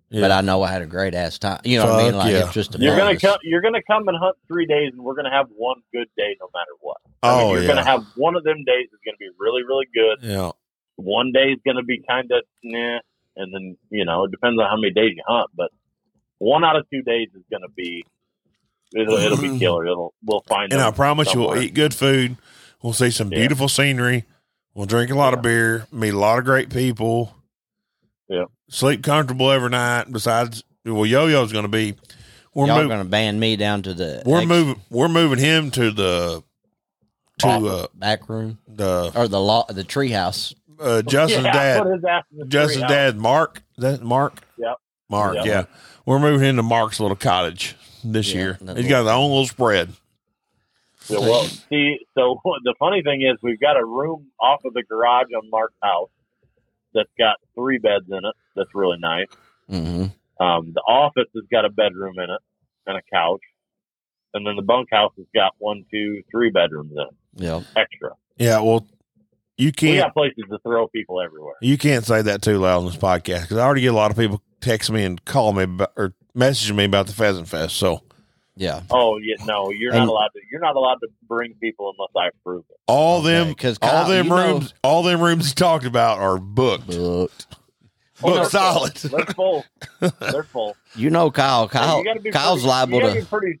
S2: But I know I had a great ass time. You know what I mean?
S1: Fuck
S2: Like
S1: yeah.
S2: it's just a
S3: you're gonna
S2: bonus.
S3: come. You're gonna come and hunt three days, and we're gonna have one good day, no matter what. I mean,
S1: Oh
S3: you're
S1: yeah.
S3: gonna have one of them days is gonna be really, really good.
S1: yeah.
S3: One day is gonna be kind of nah, and then you know it depends on how many days you hunt. But one out of two days is gonna be it'll, it'll
S1: [LAUGHS]
S3: be killer. It'll we'll find.
S1: And I
S3: them
S1: promise you, we'll
S3: somewhere.
S1: eat good food. We'll see some
S3: Yeah.
S1: beautiful scenery. We'll drink a lot of beer, meet a lot of great people.
S3: Yeah.
S1: Sleep comfortable every night. Besides, well, Yo Yo's going to be. We're
S2: Y'all
S1: moving.
S2: gonna ban me down to the
S1: We're
S2: ex-
S1: moving. We're moving him to the to
S2: Off-
S1: uh,
S2: back room
S1: the
S2: or the law the treehouse.
S1: uh, Justin's
S3: Yeah,
S1: dad.
S3: put his ass in the
S1: Justin's
S3: treehouse.
S1: dad, Mark. Is that Mark.
S3: Yep.
S1: Mark.
S3: Yep.
S1: Yeah. We're moving into Mark's little cottage this
S2: Yeah,
S1: year.
S2: that
S1: He's got his own little spread.
S3: Yeah, well, see, so [LAUGHS] the funny thing is, we've got a room off of the garage on Mark's house that's got three beds in it. That's really nice.
S2: Mm-hmm.
S3: Um, the office has got a bedroom in it and a couch, and then the bunkhouse has got one, two, three bedrooms in it,
S2: Yep.
S3: extra.
S1: Yeah. Well, you
S3: We
S1: can't.
S3: got places to throw people everywhere.
S1: You can't say that too loud on this podcast because I already get a lot of people text me and call me about, or message me about the Pheasant Fest. So
S2: Yeah.
S3: Oh, yeah, no, you're
S1: And-
S3: not allowed to. You're not allowed to bring people unless I approve it.
S1: all them,
S2: because
S1: all them rooms, all them rooms he talked about are booked, booked
S2: Booked.
S3: Oh, they're
S1: solid.
S3: full. They're full.
S2: [LAUGHS]
S3: They're full.
S2: You know Kyle.
S3: And
S2: Kyle
S3: you gotta be
S2: Kyle's
S3: pretty-
S2: liable
S3: you gotta
S2: to
S3: be pretty.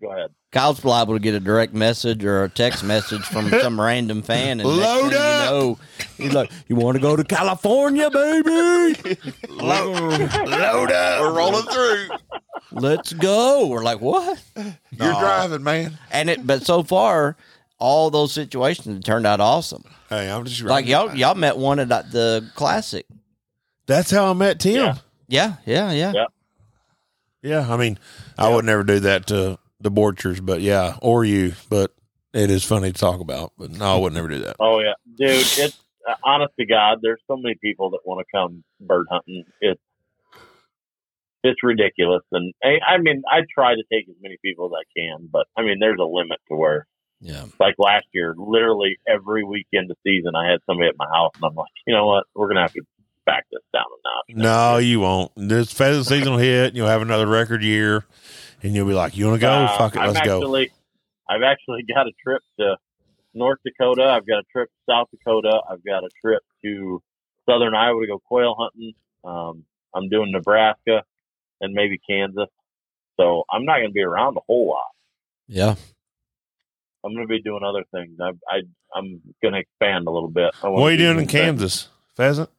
S3: Go ahead.
S2: Kyle's liable to get a direct message or a text message from some random fan, and next
S1: Load
S2: thing
S1: up.
S2: you know, he's like, "You want to go to California, baby?
S4: Load,
S1: Load up.
S4: We're rolling through.
S2: Let's go." We're like, "What?"
S4: You're
S1: Nah.
S4: driving, man.
S2: And it, but so far, all those situations turned out awesome.
S1: Hey, I'm just
S2: Like y'all, y'all met one at the- the classic.
S1: That's how I met Tim. Yeah,
S3: Yeah.
S2: Yeah, yeah, yeah.
S3: Yeah.
S1: I mean, I would never do that to the Borchers, but yeah, or you. But it is funny to talk about. But no, I would never do that.
S3: Oh yeah, dude. It's uh, honest to God. There's so many people that want to come bird hunting. It's it's ridiculous, and I, I mean, I try to take as many people as I can, but I mean, there's a limit to where,
S2: Yeah.
S3: like last year, literally every weekend of season, I had somebody at my house, and I'm like, you know what, we're gonna have to back this down a notch.
S1: No, you won't. This pheasant season will hit. You'll have another record year, and you'll be like, "You want to go?
S3: Uh,
S1: Fuck it,
S3: I'm
S1: let's go."
S3: actually, I've actually got a trip to North Dakota. I've got a trip to South Dakota. I've got a trip to Southern Iowa to go quail hunting. Um, I'm doing Nebraska and maybe Kansas. So I'm not going to be around a whole lot.
S2: Yeah.
S3: I'm going to be doing other things. I, I, I'm going to expand a little bit. I wanna
S1: What are you
S3: do
S1: doing in
S3: some things.
S1: Kansas? Pheasant?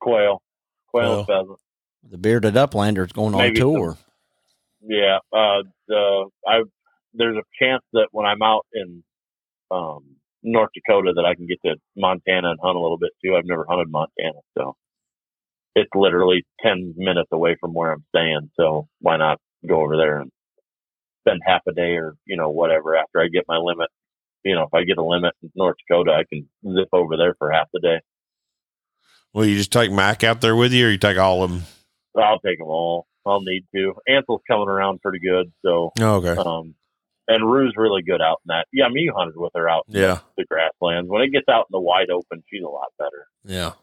S3: Quail, quail, and pheasant.
S2: The bearded uplander's going on
S3: Maybe some-
S2: tour.
S3: Yeah, uh, the I there's a chance that when I'm out in um, North Dakota that I can get to Montana and hunt a little bit too. I've never hunted Montana, so it's literally ten minutes away from where I'm staying. So why not go over there and spend half a day or you know whatever after I get my limit. You know, if I get a limit in North Dakota, I can zip over there for half the day.
S1: Well, you just take Mike out there with you, or you take all of them?
S3: I'll take them all. I'll need to. Ansel's coming around pretty good, so
S1: Oh, okay.
S3: Um, And Rue's really good out in that. Yeah, I mean, you hunted with her out in
S1: Yeah.
S3: the grasslands. When it gets out in the wide open, she's a lot better.
S1: Yeah.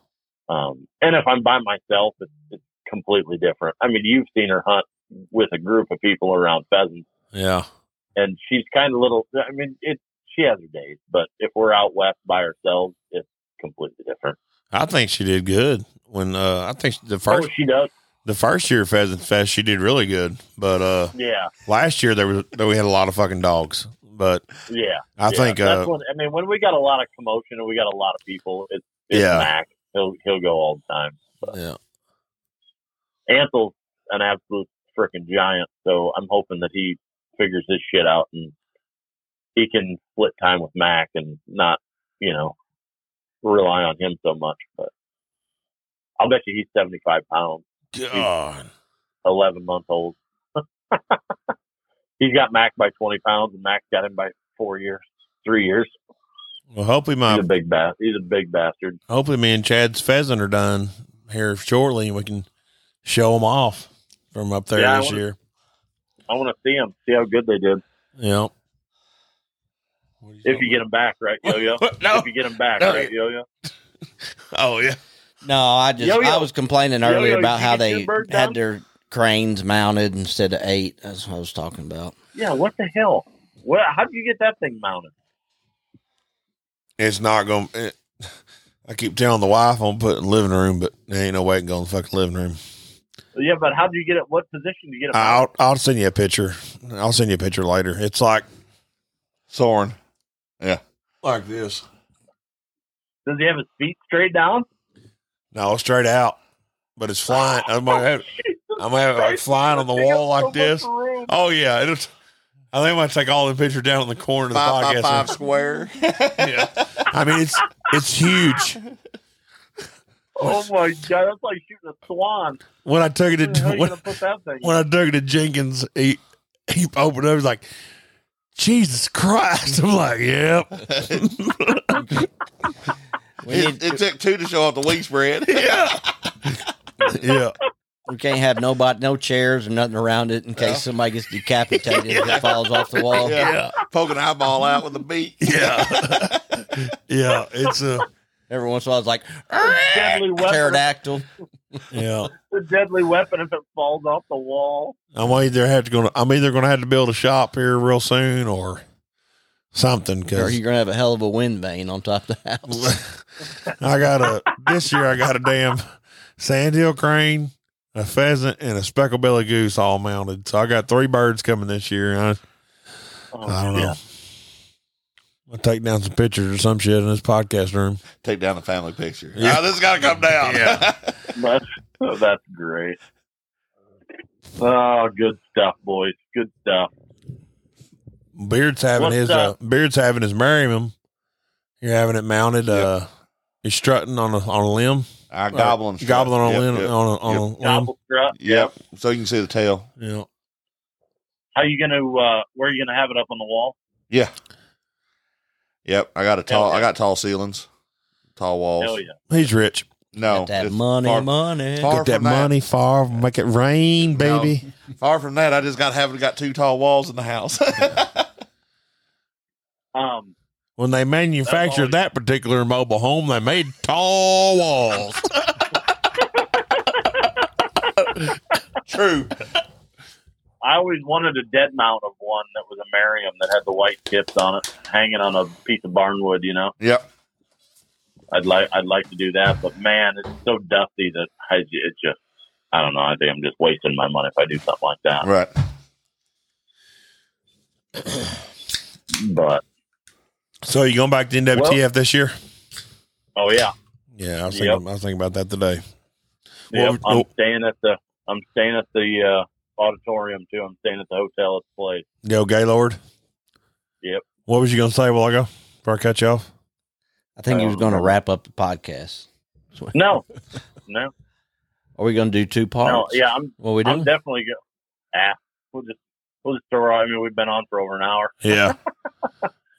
S3: Um, and if I'm by myself, it's, it's completely different. I mean, you've seen her hunt with a group of people around pheasants,
S1: Yeah.
S3: and she's kind of little. I mean, it. She has her days, but if we're out west by ourselves, it's completely different.
S1: I think she did good when uh I think the
S3: Oh,
S1: first
S3: she does.
S1: the first year of Pheasant Fest she did really good. But uh
S3: Yeah,
S1: last year there was we had a lot of fucking dogs. But
S3: yeah.
S1: I
S3: yeah.
S1: think uh
S3: that's when. I mean, when we got a lot of commotion and we got a lot of people, it's, it's
S1: Yeah.
S3: Mac. He'll he'll go all the time.
S1: yeah.
S3: Ansel's an absolute freaking giant, so I'm hoping that he figures this shit out and he can split time with Mac and not, you know, rely on him so much. But I'll bet you he's 75 pounds,
S1: God.
S3: 11 month old. [LAUGHS] he's got Mac by 20 pounds, and Mac's got him by four years, three years.
S1: Well hopefully
S3: He's
S1: my
S3: a big bas- He's a big bastard.
S1: hopefully me and Chad's pheasant are done here shortly and we can show them off from up there
S3: Yeah, I
S1: this
S3: wanna-
S1: year.
S3: I want to see him, see how good they did.
S1: Yeah.
S3: If you get him back, right,
S1: [LAUGHS]
S3: Yo Yo? [LAUGHS]
S1: no.
S3: If you get him back,
S1: No.
S3: right, Yo Yo?
S1: Oh yeah.
S2: No, I just
S3: Yo, yo.
S2: I was complaining
S3: Yo, yo,
S2: earlier about
S3: you
S2: how
S3: get your
S2: they
S3: bird
S2: had
S3: done?
S2: their cranes mounted instead of eight. That's what I was talking about.
S3: Yeah, what the hell? Well, how did you get that thing mounted?
S1: It's not gonna. It, I keep telling the wife I'm putting living room, but there ain't no way it can go in the fucking living room.
S3: Yeah, but how did you get it? What position did you get it? Mounted?
S1: I'll I'll send you a picture. I'll send you a picture later. It's like
S4: Soren.
S1: like this.
S3: Does he have his feet straight down? [LAUGHS]
S1: No, it's straight out, but it's flying. I'm gonna have, I'm gonna have it like flying on the wall like this. [LAUGHS] Oh yeah, it'll. I think I'm gonna take all the picture down in the corner of the
S4: Five by
S1: podcast.
S4: five square.
S1: Yeah. I mean, it's it's huge.
S3: Oh my god, that's like shooting
S1: [LAUGHS]
S3: a swan.
S1: When I took it
S3: Where the hell
S1: to
S3: are you
S1: when,
S3: gonna put that thing?
S1: when I dug into Jenkins, he he opened up. He's like, "Jesus Christ!" I'm like, "Yep."
S2: We,
S4: it,
S2: need,
S4: it took two to show off the wing spread.
S1: [LAUGHS] yeah, yeah.
S2: we can't have nobody, no chairs or nothing around it in case somebody gets decapitated if it falls off the wall.
S4: yeah. Poke an eyeball out with a beat.
S1: Yeah. [LAUGHS] yeah. It's a
S2: Every once in a while, it's like
S3: deadly weapon.
S2: pterodactyl.
S1: yeah.
S3: The deadly weapon if it falls off the wall.
S1: I'm either have to go. I'm either going to have to build a shop here real soon or something
S2: Or
S1: because
S2: you're gonna have a hell of a wind vane on top of the house.
S1: I got a this year. I got a damn sandhill crane, a pheasant, and a speckled belly goose all mounted. So I got three birds coming this year. I,
S3: Oh,
S1: I don't know.
S3: yeah.
S1: I'll take down some pictures or some shit in this podcast room.
S4: Take down the family picture.
S1: Yeah.
S4: Oh, this has got to come down.
S1: Yeah.
S3: [LAUGHS] That's that's great. Oh, good stuff, boys. Good stuff.
S1: Beard's having
S3: What's
S1: his uh,
S3: up?
S1: Beard's having his merriam. You're having it mounted.
S4: Yep.
S1: Uh, you're strutting on a on a limb,
S4: [LAUGHS] Our
S1: Uh,
S4: goblin. strut.
S1: gobbling on a
S4: Yep,
S1: limb
S4: yep.
S1: on a, on a limb.
S3: Gobble strut.
S4: Yep. So you can see the tail.
S1: Yeah.
S3: How you gonna? Uh, where you gonna have it up on the wall?
S4: Yeah. Yep. I got a tall.
S3: Hell yeah.
S4: I got tall ceilings, tall walls.
S3: Hell yeah.
S1: he's rich.
S4: No,
S2: Got that
S4: just
S2: money,
S4: far,
S2: money.
S4: far
S1: Get that
S4: from that.
S1: money far, make it rain,
S4: No.
S1: baby.
S4: far from that. I just got haven't got two tall walls in the house. [LAUGHS]
S3: Um,
S1: When they manufactured
S3: always-
S1: that particular mobile home, they made tall
S3: [LAUGHS]
S1: walls.
S4: True.
S3: I always wanted a dead mount of one that was a Merriam that had the white tips on it, hanging on a piece of barnwood. You know,
S4: Yep.
S3: I'd like I'd like to do that, but man, it's so dusty that I j- it just I don't know. I think I'm just wasting my money if I do something like that.
S4: Right.
S3: But
S1: so you going back to NWTF this year?
S3: oh yeah,
S1: Yeah, I was
S3: Yep.
S1: thinking, I was thinking about that today.
S3: yep,
S1: Well,
S3: I'm
S1: well-
S3: staying at the I'm staying at the uh, auditorium too. I'm staying at the hotel at the place.
S1: Yo, Gaylord.
S3: Yep.
S1: What was you gonna say while I go? Before I cut you off?
S2: I think he
S3: Oh,
S2: was gonna wrap up the podcast.
S3: No, no,
S2: Are we gonna do two
S3: no.
S2: parts?
S3: Yeah, I'm
S2: What we
S3: I'm
S2: doing?
S3: definitely go. Ah, we'll just we'll just throw. I mean, we've been on for over an hour. [LAUGHS]
S1: Yeah.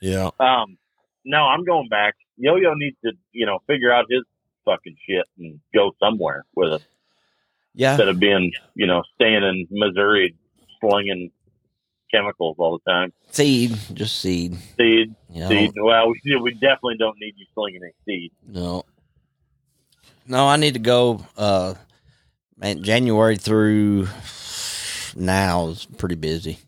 S1: yeah.
S3: Um, no, I'm going back. Yo Yo needs to, you know, figure out his fucking shit and go somewhere with it
S2: Yeah.
S3: instead of being, you know, staying in Missouri slinging chemicals all the time.
S2: Seed, just seed.
S3: Seed,
S2: You know,
S3: seed. Well, we, we definitely don't need you slinging any seed.
S2: No. No, I need to go. Uh, man, January through now is pretty busy.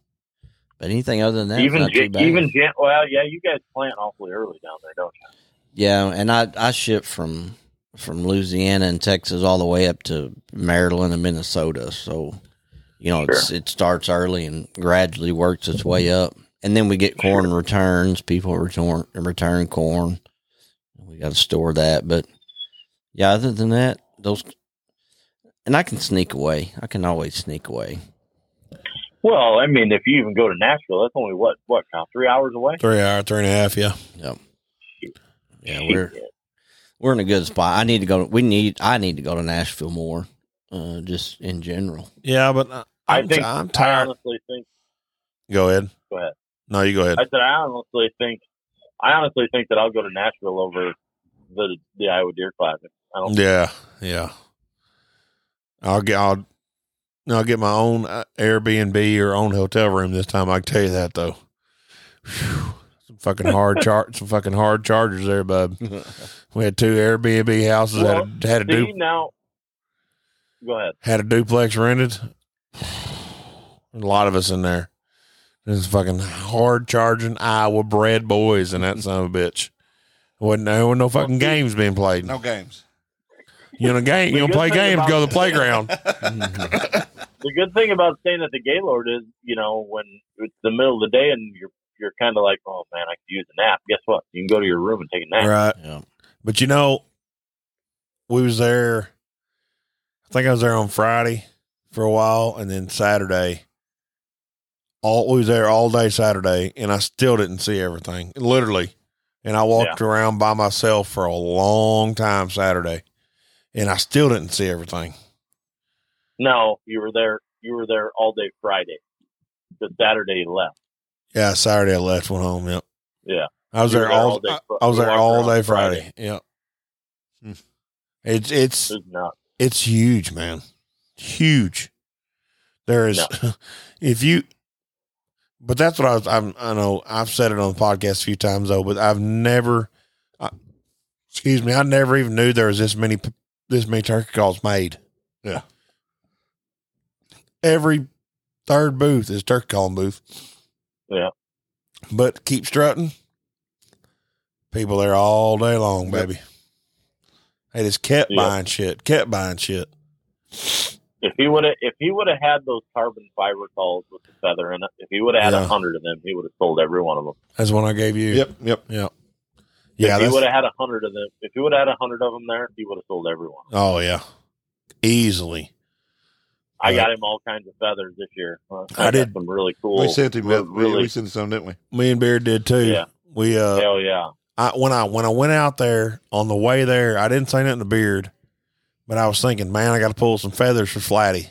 S2: But anything other than that, even,
S3: even
S2: not too
S3: ja-
S2: bad.
S3: even Jan- well, yeah, you guys plant awfully early down there, don't you?
S2: yeah, and I I ship from from Louisiana and Texas all the way up to Maryland and Minnesota. So you know, it's, it starts early and gradually works its way up, and then we get corn returns. People return return corn. We got to store that, but yeah, other than that, those and I can sneak away. I can always sneak away.
S3: Well, I mean, if you even go to Nashville, that's only what what Kyle, three hours away.
S1: Three hour, three and a half. Yeah.
S2: Yeah,
S3: [LAUGHS]
S2: we're we're in a good spot. I need to go. We need. I need to go to Nashville more, uh, just in general.
S1: Yeah, but I,
S3: I
S1: I'm,
S3: think
S1: I'm
S3: I
S1: tired.
S3: honestly think.
S1: go ahead.
S3: Go ahead.
S1: No, you go ahead.
S3: I said I honestly think. I honestly think that I'll go to Nashville over the the Iowa Deer Classic. I don't.
S1: yeah, yeah. I'll get I'll, I'll get my own uh, Airbnb or own hotel room this time. I can tell you that though. Whew. Some fucking
S3: [LAUGHS]
S1: hard char- some fucking hard chargers there, bub. We had two Airbnb houses
S3: Well,
S1: had a, had a
S3: See
S1: du-
S3: now. Go ahead.
S1: had a duplex rented. A lot of us in there. There's fucking hard charging Iowa bred boys in that son of a bitch. Wasn't there wasn't no fucking games being played.
S4: No games.
S1: You know game
S3: The
S1: you don't
S3: good
S1: play
S3: thing
S1: games,
S3: about-
S1: go to the playground.
S3: The good thing about staying at the Gaylord is, you know, when it's the middle of the day and you're you're kind of like, oh man, I could use a nap. Guess what? You can go to your room and take a nap.
S1: Right.
S2: Yeah.
S1: But you know, we was there. I think I was there on Friday for a while, and then Saturday. All we was there all day Saturday, and I still didn't see everything, literally. And I walked around by myself for a long time Saturday, and I still didn't see everything.
S3: No, you were there. You were there all day Friday. The Saturday you left.
S1: Yeah, Saturday I left, went home. Yep.
S3: Yeah.
S1: I was
S3: You
S1: there,
S3: were there
S1: all.
S3: all day
S1: I,
S3: Fri-
S1: I was
S3: you
S1: there
S3: walked
S1: all
S3: around
S1: day
S3: Friday.
S1: Friday. Yep. Hmm. It's it's
S3: It's not.
S1: It's huge, man. Huge. There is, [LAUGHS] if you, but that's what I was, I'm, I know I've said it on the podcast a few times though, but I've never, I, excuse me, I never even knew there was this many, p- this many turkey calls made.
S4: Yeah.
S1: Every third booth is turkey calling booth.
S3: Yeah.
S1: But keep strutting. People there all day long,
S4: Yep.
S1: baby. They just kept
S3: Yep.
S1: buying shit, kept buying shit.
S3: If he would have, if he would have had those carbon fiber calls with the feather in it, if he would have had a
S1: Yeah.
S3: hundred of them, he would have sold every one of them.
S1: That's one I gave you.
S4: Yep, yep.
S1: Yeah.
S3: if he
S1: That's,
S3: would have had a hundred of them, if he would have had a hundred of them there, he would have sold every one.
S1: oh yeah. Easily.
S3: I
S1: Yeah.
S3: got him all kinds of feathers this year. Uh,
S1: I
S3: got
S1: did-
S3: some really cool.
S4: We sent him.
S3: Re-
S4: we,
S3: really-
S4: we sent him some, didn't we?
S1: Me and Beard did too.
S3: Yeah.
S1: We uh
S3: Hell yeah!
S1: I when I when I went out there on the way there, I didn't say nothing to Beard, but I was thinking, man, I gotta pull some feathers for Flatty.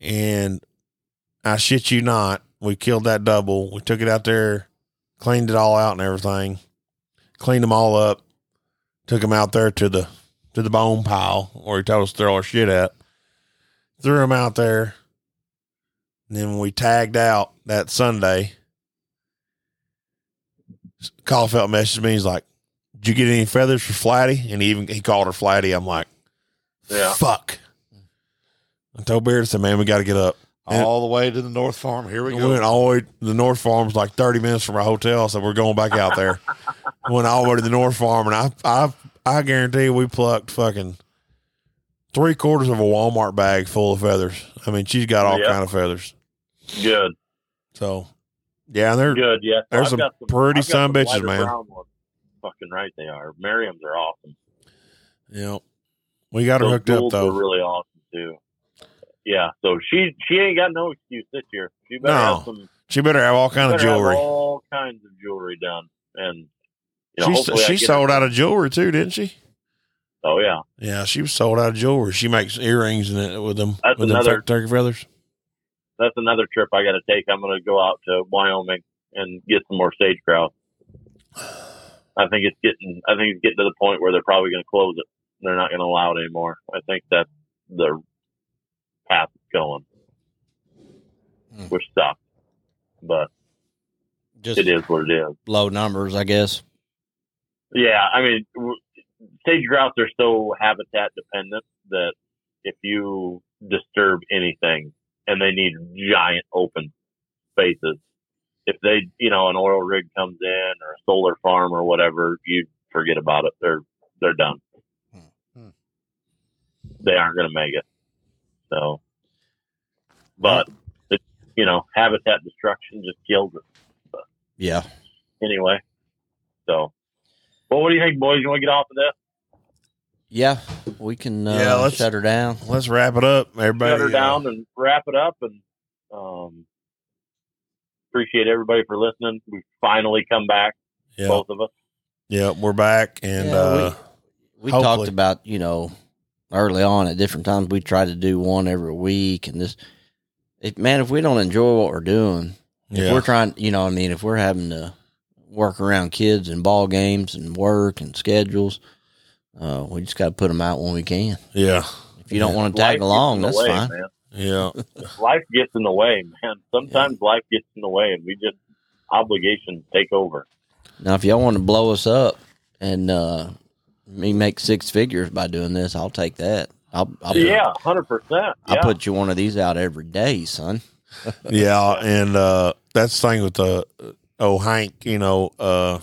S1: And I shit you not, we killed that double. We took it out there, cleaned it all out and everything, cleaned them all up, took them out there to the to the bone pile where he told us to throw our shit at. Threw them out there. And then we tagged out that Sunday. Caulfield messaged me. He's like, "Did you get any feathers for Flatty?" And he even he called her Flatty. I'm like,
S3: Yeah.
S1: fuck." I told Beard, I said, "Man, we got to get up." And-
S4: All the way to the North Farm. Here we
S1: We
S4: go.
S1: went all the way. The North Farm's like 30 minutes from our hotel, so we're going back out
S3: [LAUGHS]
S1: there. went all the way to the North Farm, and I I I guarantee we plucked fucking three quarters of a Walmart bag full of feathers. I mean, she's got all
S3: Yeah.
S1: kind of feathers.
S3: Good,
S1: So yeah, and they're
S3: good. Yeah,
S1: There's
S3: I've
S1: some
S3: got
S1: pretty
S3: I've got some
S1: son-bitches,
S3: lighter
S1: man.
S3: brown ones. Fucking right, they are. Merriam's are awesome.
S1: you know we got her
S3: Those
S1: hooked up
S3: duels were
S1: though.
S3: really awesome too. Yeah, so she she ain't got no excuse this year. She better
S1: No.
S3: have some
S1: She better have all kind of
S3: better have
S1: jewelry.
S3: all kinds of jewelry done, and you know,
S1: She
S3: hopefully I
S1: she
S3: get
S1: sold
S3: her-
S1: out of jewelry too, didn't she?
S3: Oh yeah,
S1: Yeah, she was sold out of jewelry. She makes earrings and it with them
S3: That's
S1: with
S3: another-
S1: them tur- turkey feathers.
S3: that's another trip I got to take. I'm going to go out to Wyoming and get some more sage grouse. I think it's getting. I think it's getting to the point where they're probably going to close it. They're not going to allow it anymore. I think that's the path it's going,
S2: Hmm.
S3: which sucks. but
S2: Just
S3: it is what it is.
S2: low numbers, I guess.
S3: Yeah, I mean, w- sage grouse are so habitat dependent that if you disturb anything, and they need giant open spaces, if they, you know, an oil rig comes in or a solar farm or whatever, you forget about it. They're they're done.
S4: Hmm.
S3: They aren't going to make it. So, but it, you know, habitat destruction just kills it
S2: Yeah.
S3: anyway. So, well, what do you think, boys? You want to get off of this?
S2: Yeah. We can uh,
S1: Yeah, let's-
S2: shut her down.
S1: Let's wrap it up, everybody.
S3: Shut her
S1: Uh,
S3: down and wrap it up. And um, appreciate everybody for listening. We finally come back,
S1: Yeah,
S3: both of us.
S1: yeah, we're back, and
S2: Yeah,
S1: uh,
S2: we
S1: Hopefully.
S2: talked about you know early on at different times we try to do one every week and this if man if we don't enjoy what we're doing if
S1: yeah,
S2: we're trying you know what i mean if we're having to work around kids and ball games and work and schedules uh, we just got to put them out when we can
S1: yeah,
S2: if you don't
S1: Yeah.
S2: want to tag
S3: Life
S2: along
S3: gets
S2: that's
S3: in the way,
S2: fine
S3: Man.
S1: yeah,
S3: Life gets in the way, man. Sometimes life gets in the way, and we just obligations take over.
S2: now if y'all want to blow us up and uh, me make six figures by doing this i'll take that i'll, I'll,
S3: Yeah, hundred percent.
S2: I'll
S3: Yeah,
S2: put you one of these out every day son
S1: yeah, and uh, that's the thing with the oh Hank, you know, uh,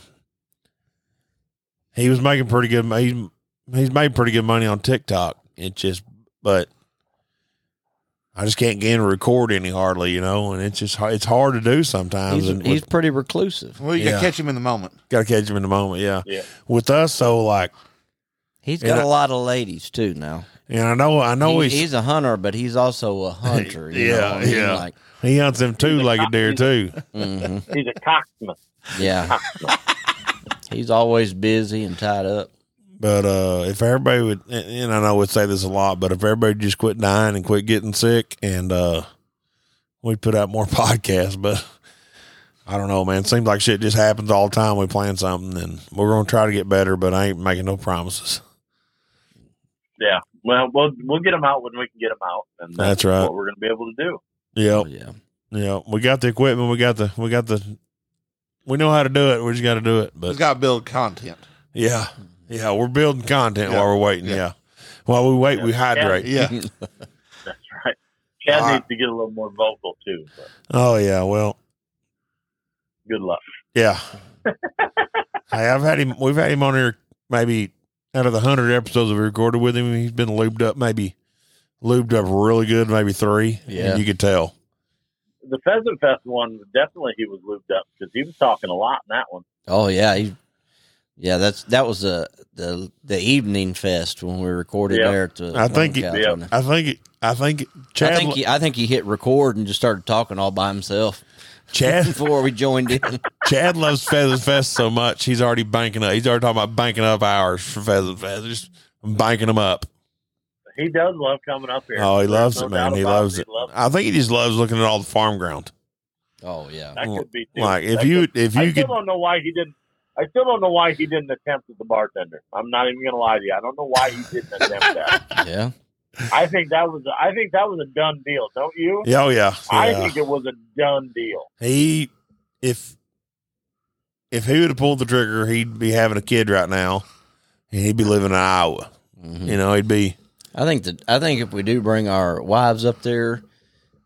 S1: he was making pretty good. He's he's made pretty good money on TikTok. It just, but I just can't get him to record any hardly, you know, and it's just hard- it's hard to do sometimes.
S2: he's,
S1: and
S2: he's pretty reclusive
S4: Well, you
S1: Yeah.
S4: got to catch him in the moment.
S1: gotta catch him in the moment, yeah.
S3: Yeah.
S1: With us, though, like,
S2: He's
S1: And
S2: got
S1: I-
S2: a lot of ladies too now.
S1: and I know, I know
S2: No,
S1: he's
S2: he's, a hunter, but he's also
S1: [LAUGHS]
S2: a hunter. You
S1: Yeah,
S2: know what I mean?
S1: yeah.
S2: Like,
S1: He hunts them two legged deer too.
S2: mhm.
S3: he's a cocksmith.
S2: yeah,
S3: cocksmith.
S2: he's always busy and tied up.
S1: But uh, if everybody would, and and I know we say this a lot, but if everybody just quit dying and quit getting sick, and uh, we put out more [LAUGHS] podcasts. But I don't know, man. Seems like shit just happens all the time. We plan something, and we're gonna try to get better. But I ain't making no promises.
S3: yeah. Well, we'll we'll get them out when we can get them out, and that's,
S1: That's right.
S3: what we're going to be able to do.
S1: Yep,
S2: Oh, Yeah,
S1: yep. We got the equipment. We got the. We got the. We know how to do it. We just got to do it. But
S4: He's got to
S1: [LAUGHS]
S4: build content.
S1: yeah, yeah. We're building content
S4: Yeah.
S1: while we're waiting. Yeah.
S4: Yeah.
S1: While we wait, we
S3: Yeah.
S1: hydrate.
S4: Yeah.
S3: That's right. Chad
S1: All right.
S3: needs to get a little more vocal too. But
S1: Oh yeah. Well,
S3: good luck.
S2: [LAUGHS]
S1: Yeah. hey, I've had him. We've had him on here maybe out of the hundred episodes we've recorded with him. He's been lubed up, maybe lubed up really good, maybe three.
S2: Yeah.
S1: and you could tell.
S3: the Pheasant Fest one definitely he was lubed up because he was talking a lot in that one.
S2: Oh yeah, he, yeah. That's that was the the the evening fest when we recorded
S3: Yeah.
S2: there at the.
S1: I think it-
S2: Lone Cow,
S3: Yeah.
S2: wasn't it?
S1: I think. it- I think Chad.
S2: I think he, I think he hit record and just started talking all
S1: [LAUGHS]
S2: by himself
S1: Chad.
S2: [LAUGHS] before we joined in.
S1: Chad loves Pheasant Fest so much. He's already banking up. He's already talking about banking up hours for Pheasant Fest. Just banking them up.
S3: He does love coming up here.
S1: Oh, he loves
S3: There's
S1: it,
S3: no
S1: man.
S3: doubt
S1: He
S3: about
S1: loves it. I think he just loves looking at all the farm ground.
S2: Oh yeah,
S3: That could be too.
S1: Like if
S3: That
S1: you
S3: could-
S1: if
S3: I
S1: you
S3: still
S1: could
S3: don't know why he didn't. I still don't know why he didn't attempt at the bartender. I'm not even gonna lie to you. I don't know why he didn't attempt
S1: [LAUGHS]
S3: that.
S2: yeah.
S3: I think that was. I think that was a done deal. Don't you?
S1: yeah, oh yeah,
S3: I
S1: yeah.
S3: think it was a done deal.
S1: He, if if he would have pulled the trigger, he'd be having a kid right now, and he'd be living in Iowa.
S2: Mhm.
S1: You know, he'd be
S2: I think that I think if we do bring our wives up there,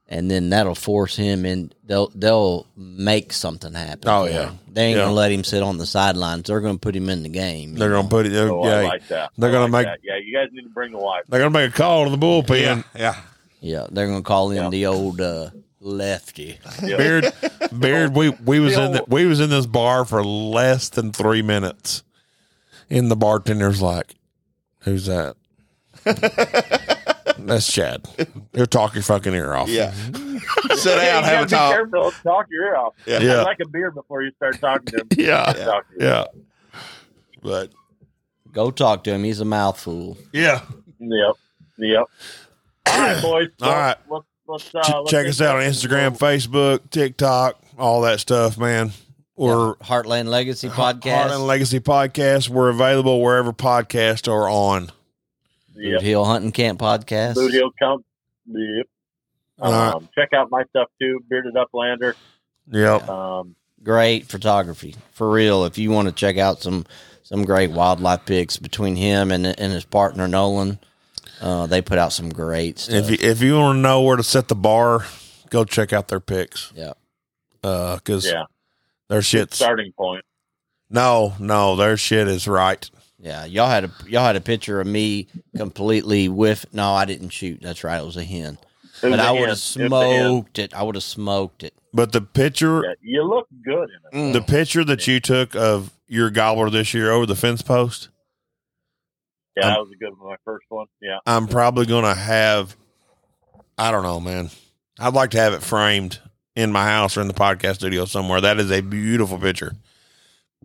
S2: and then that'll force him in. They'll they'll make something happen.
S1: Oh,
S2: for
S1: yeah.
S2: him. they ain't
S1: Yeah.
S2: gonna let him sit on the sidelines. They're gonna put him in the game.
S1: they're gonna put it. They're,
S3: So Oh, I
S1: Oh, yeah,
S3: like that.
S1: They're
S3: I
S1: gonna
S3: like
S1: make-
S3: that. Yeah, you guys need to bring
S1: [LAUGHS]
S3: the wife.
S1: they're gonna make a call to the bullpen.
S4: Yeah.
S2: yeah, they're gonna call him
S3: Yeah.
S2: the old uh, lefty.
S3: Yeah. [LAUGHS]
S1: Beard, Beard, we we was in the,
S3: Bill-
S1: we was in this bar for less than three minutes, and the bartender's like, "Who's
S3: [LAUGHS]
S1: that?" That's Chad. He'll talk your fucking ear off.
S4: Yeah. Sit
S3: Yeah,
S4: down,
S3: you
S4: have a
S3: gotta be
S4: talk.
S3: careful. Talk your ear off.
S4: Yeah.
S1: Yeah.
S3: I'd like a beer before you start talking to him.
S1: [LAUGHS] [LAUGHS] yeah,
S4: Yeah.
S3: Talk to him.
S1: yeah. But
S2: Go talk to him. He's a mouthful.
S1: yeah,
S3: Yep. Yep. All right, boys.
S1: All right.
S3: Let's, let's,
S1: Ch-
S3: uh, let's
S1: check us out on Instagram, Facebook, TikTok, all that stuff, man. We're
S2: Heartland Legacy
S1: Heart
S2: podcast.
S1: and Legacy Podcast. We're available wherever podcasts are on.
S2: Boot
S3: Yep.
S2: Hill Hunting Camp podcast.
S3: Boot Hill Comp. Yep.
S1: All right.
S3: Oh, Um, check out my stuff too, Bearded Uplander.
S1: Yep.
S3: Um,
S2: Great photography for real. If you want to check out some some great wildlife pics between him and and his partner Nolan, uh, they put out some great
S1: If
S2: stuff.
S1: you, if you want to know where to set the bar, go check out their picks.
S2: yeah,
S1: Uh, cause
S3: yeah,
S1: their shit's
S3: starting point.
S1: no, no, their shit is right.
S2: yeah. Y'all had a y'all had a picture of me completely with. No, I didn't shoot. That's right. It was a hen.
S3: It was
S2: but
S3: the
S2: I would
S3: end. It
S2: have
S3: was the end.
S2: smoked it. I would have smoked it.
S1: But the picture,
S3: Yeah, you look good in it.
S1: Mm. the picture that you took of your gobbler this year over the fence post,
S3: Yeah,
S1: Um,
S3: that was a good one. My first one. Yeah,
S1: I'm probably gonna have. I don't know, man. I'd like to have it framed in my house or in the podcast studio somewhere. That is a beautiful picture.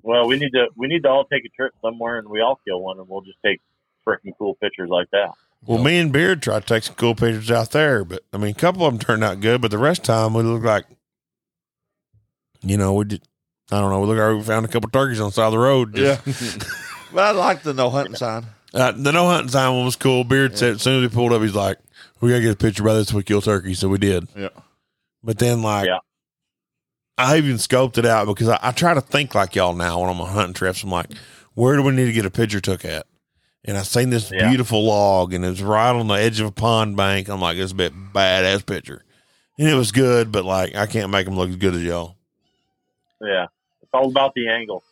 S3: Well, we need to we need to all take a trip somewhere, and we all kill one, and we'll just take freaking cool pictures like that.
S1: Well, me and Beard tried to take some cool pictures out there, but I mean, a couple of them turned out good, but the rest of the time we looked like, you know, we did. I don't know. We look like we found a couple turkeys on the side of the road.
S4: Yeah.
S1: Just-
S4: [LAUGHS] but I like the no hunting sign.
S1: Uh, the no hunting sign one was cool. Beard said as soon as we pulled up, he's like, "We gotta get a picture by this. We kill turkey." So we did.
S4: Yeah.
S1: But then, like,
S3: Yeah.
S1: I even scoped it out because I, I try to think like y'all now when I'm on hunting trips. I'm like, where do we need to get a picture took at? And I seen this
S3: Yeah.
S1: beautiful log, and it's right on the edge of a pond bank. I'm like, it's a bit badass picture, and it was good, but like, I can't make them look as good as y'all.
S3: Yeah, it's all about the angle.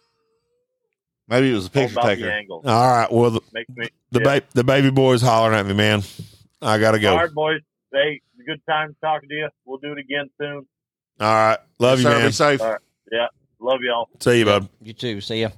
S4: Maybe it was a
S3: It's
S4: picture
S3: all about the
S4: taker.
S3: angle.
S1: All right, well, the,
S3: Makes me
S1: the,
S3: Yeah.
S1: ba- the baby boy's hollering at me, man. I gotta go.
S3: all
S1: All
S3: right, boys. Hey, it's a good time talking to you. We'll do it again soon.
S1: right, love you,
S4: Sir,
S1: man.
S4: Be safe.
S3: All right. Love y'all.
S1: See you, bud.
S2: You too. See ya.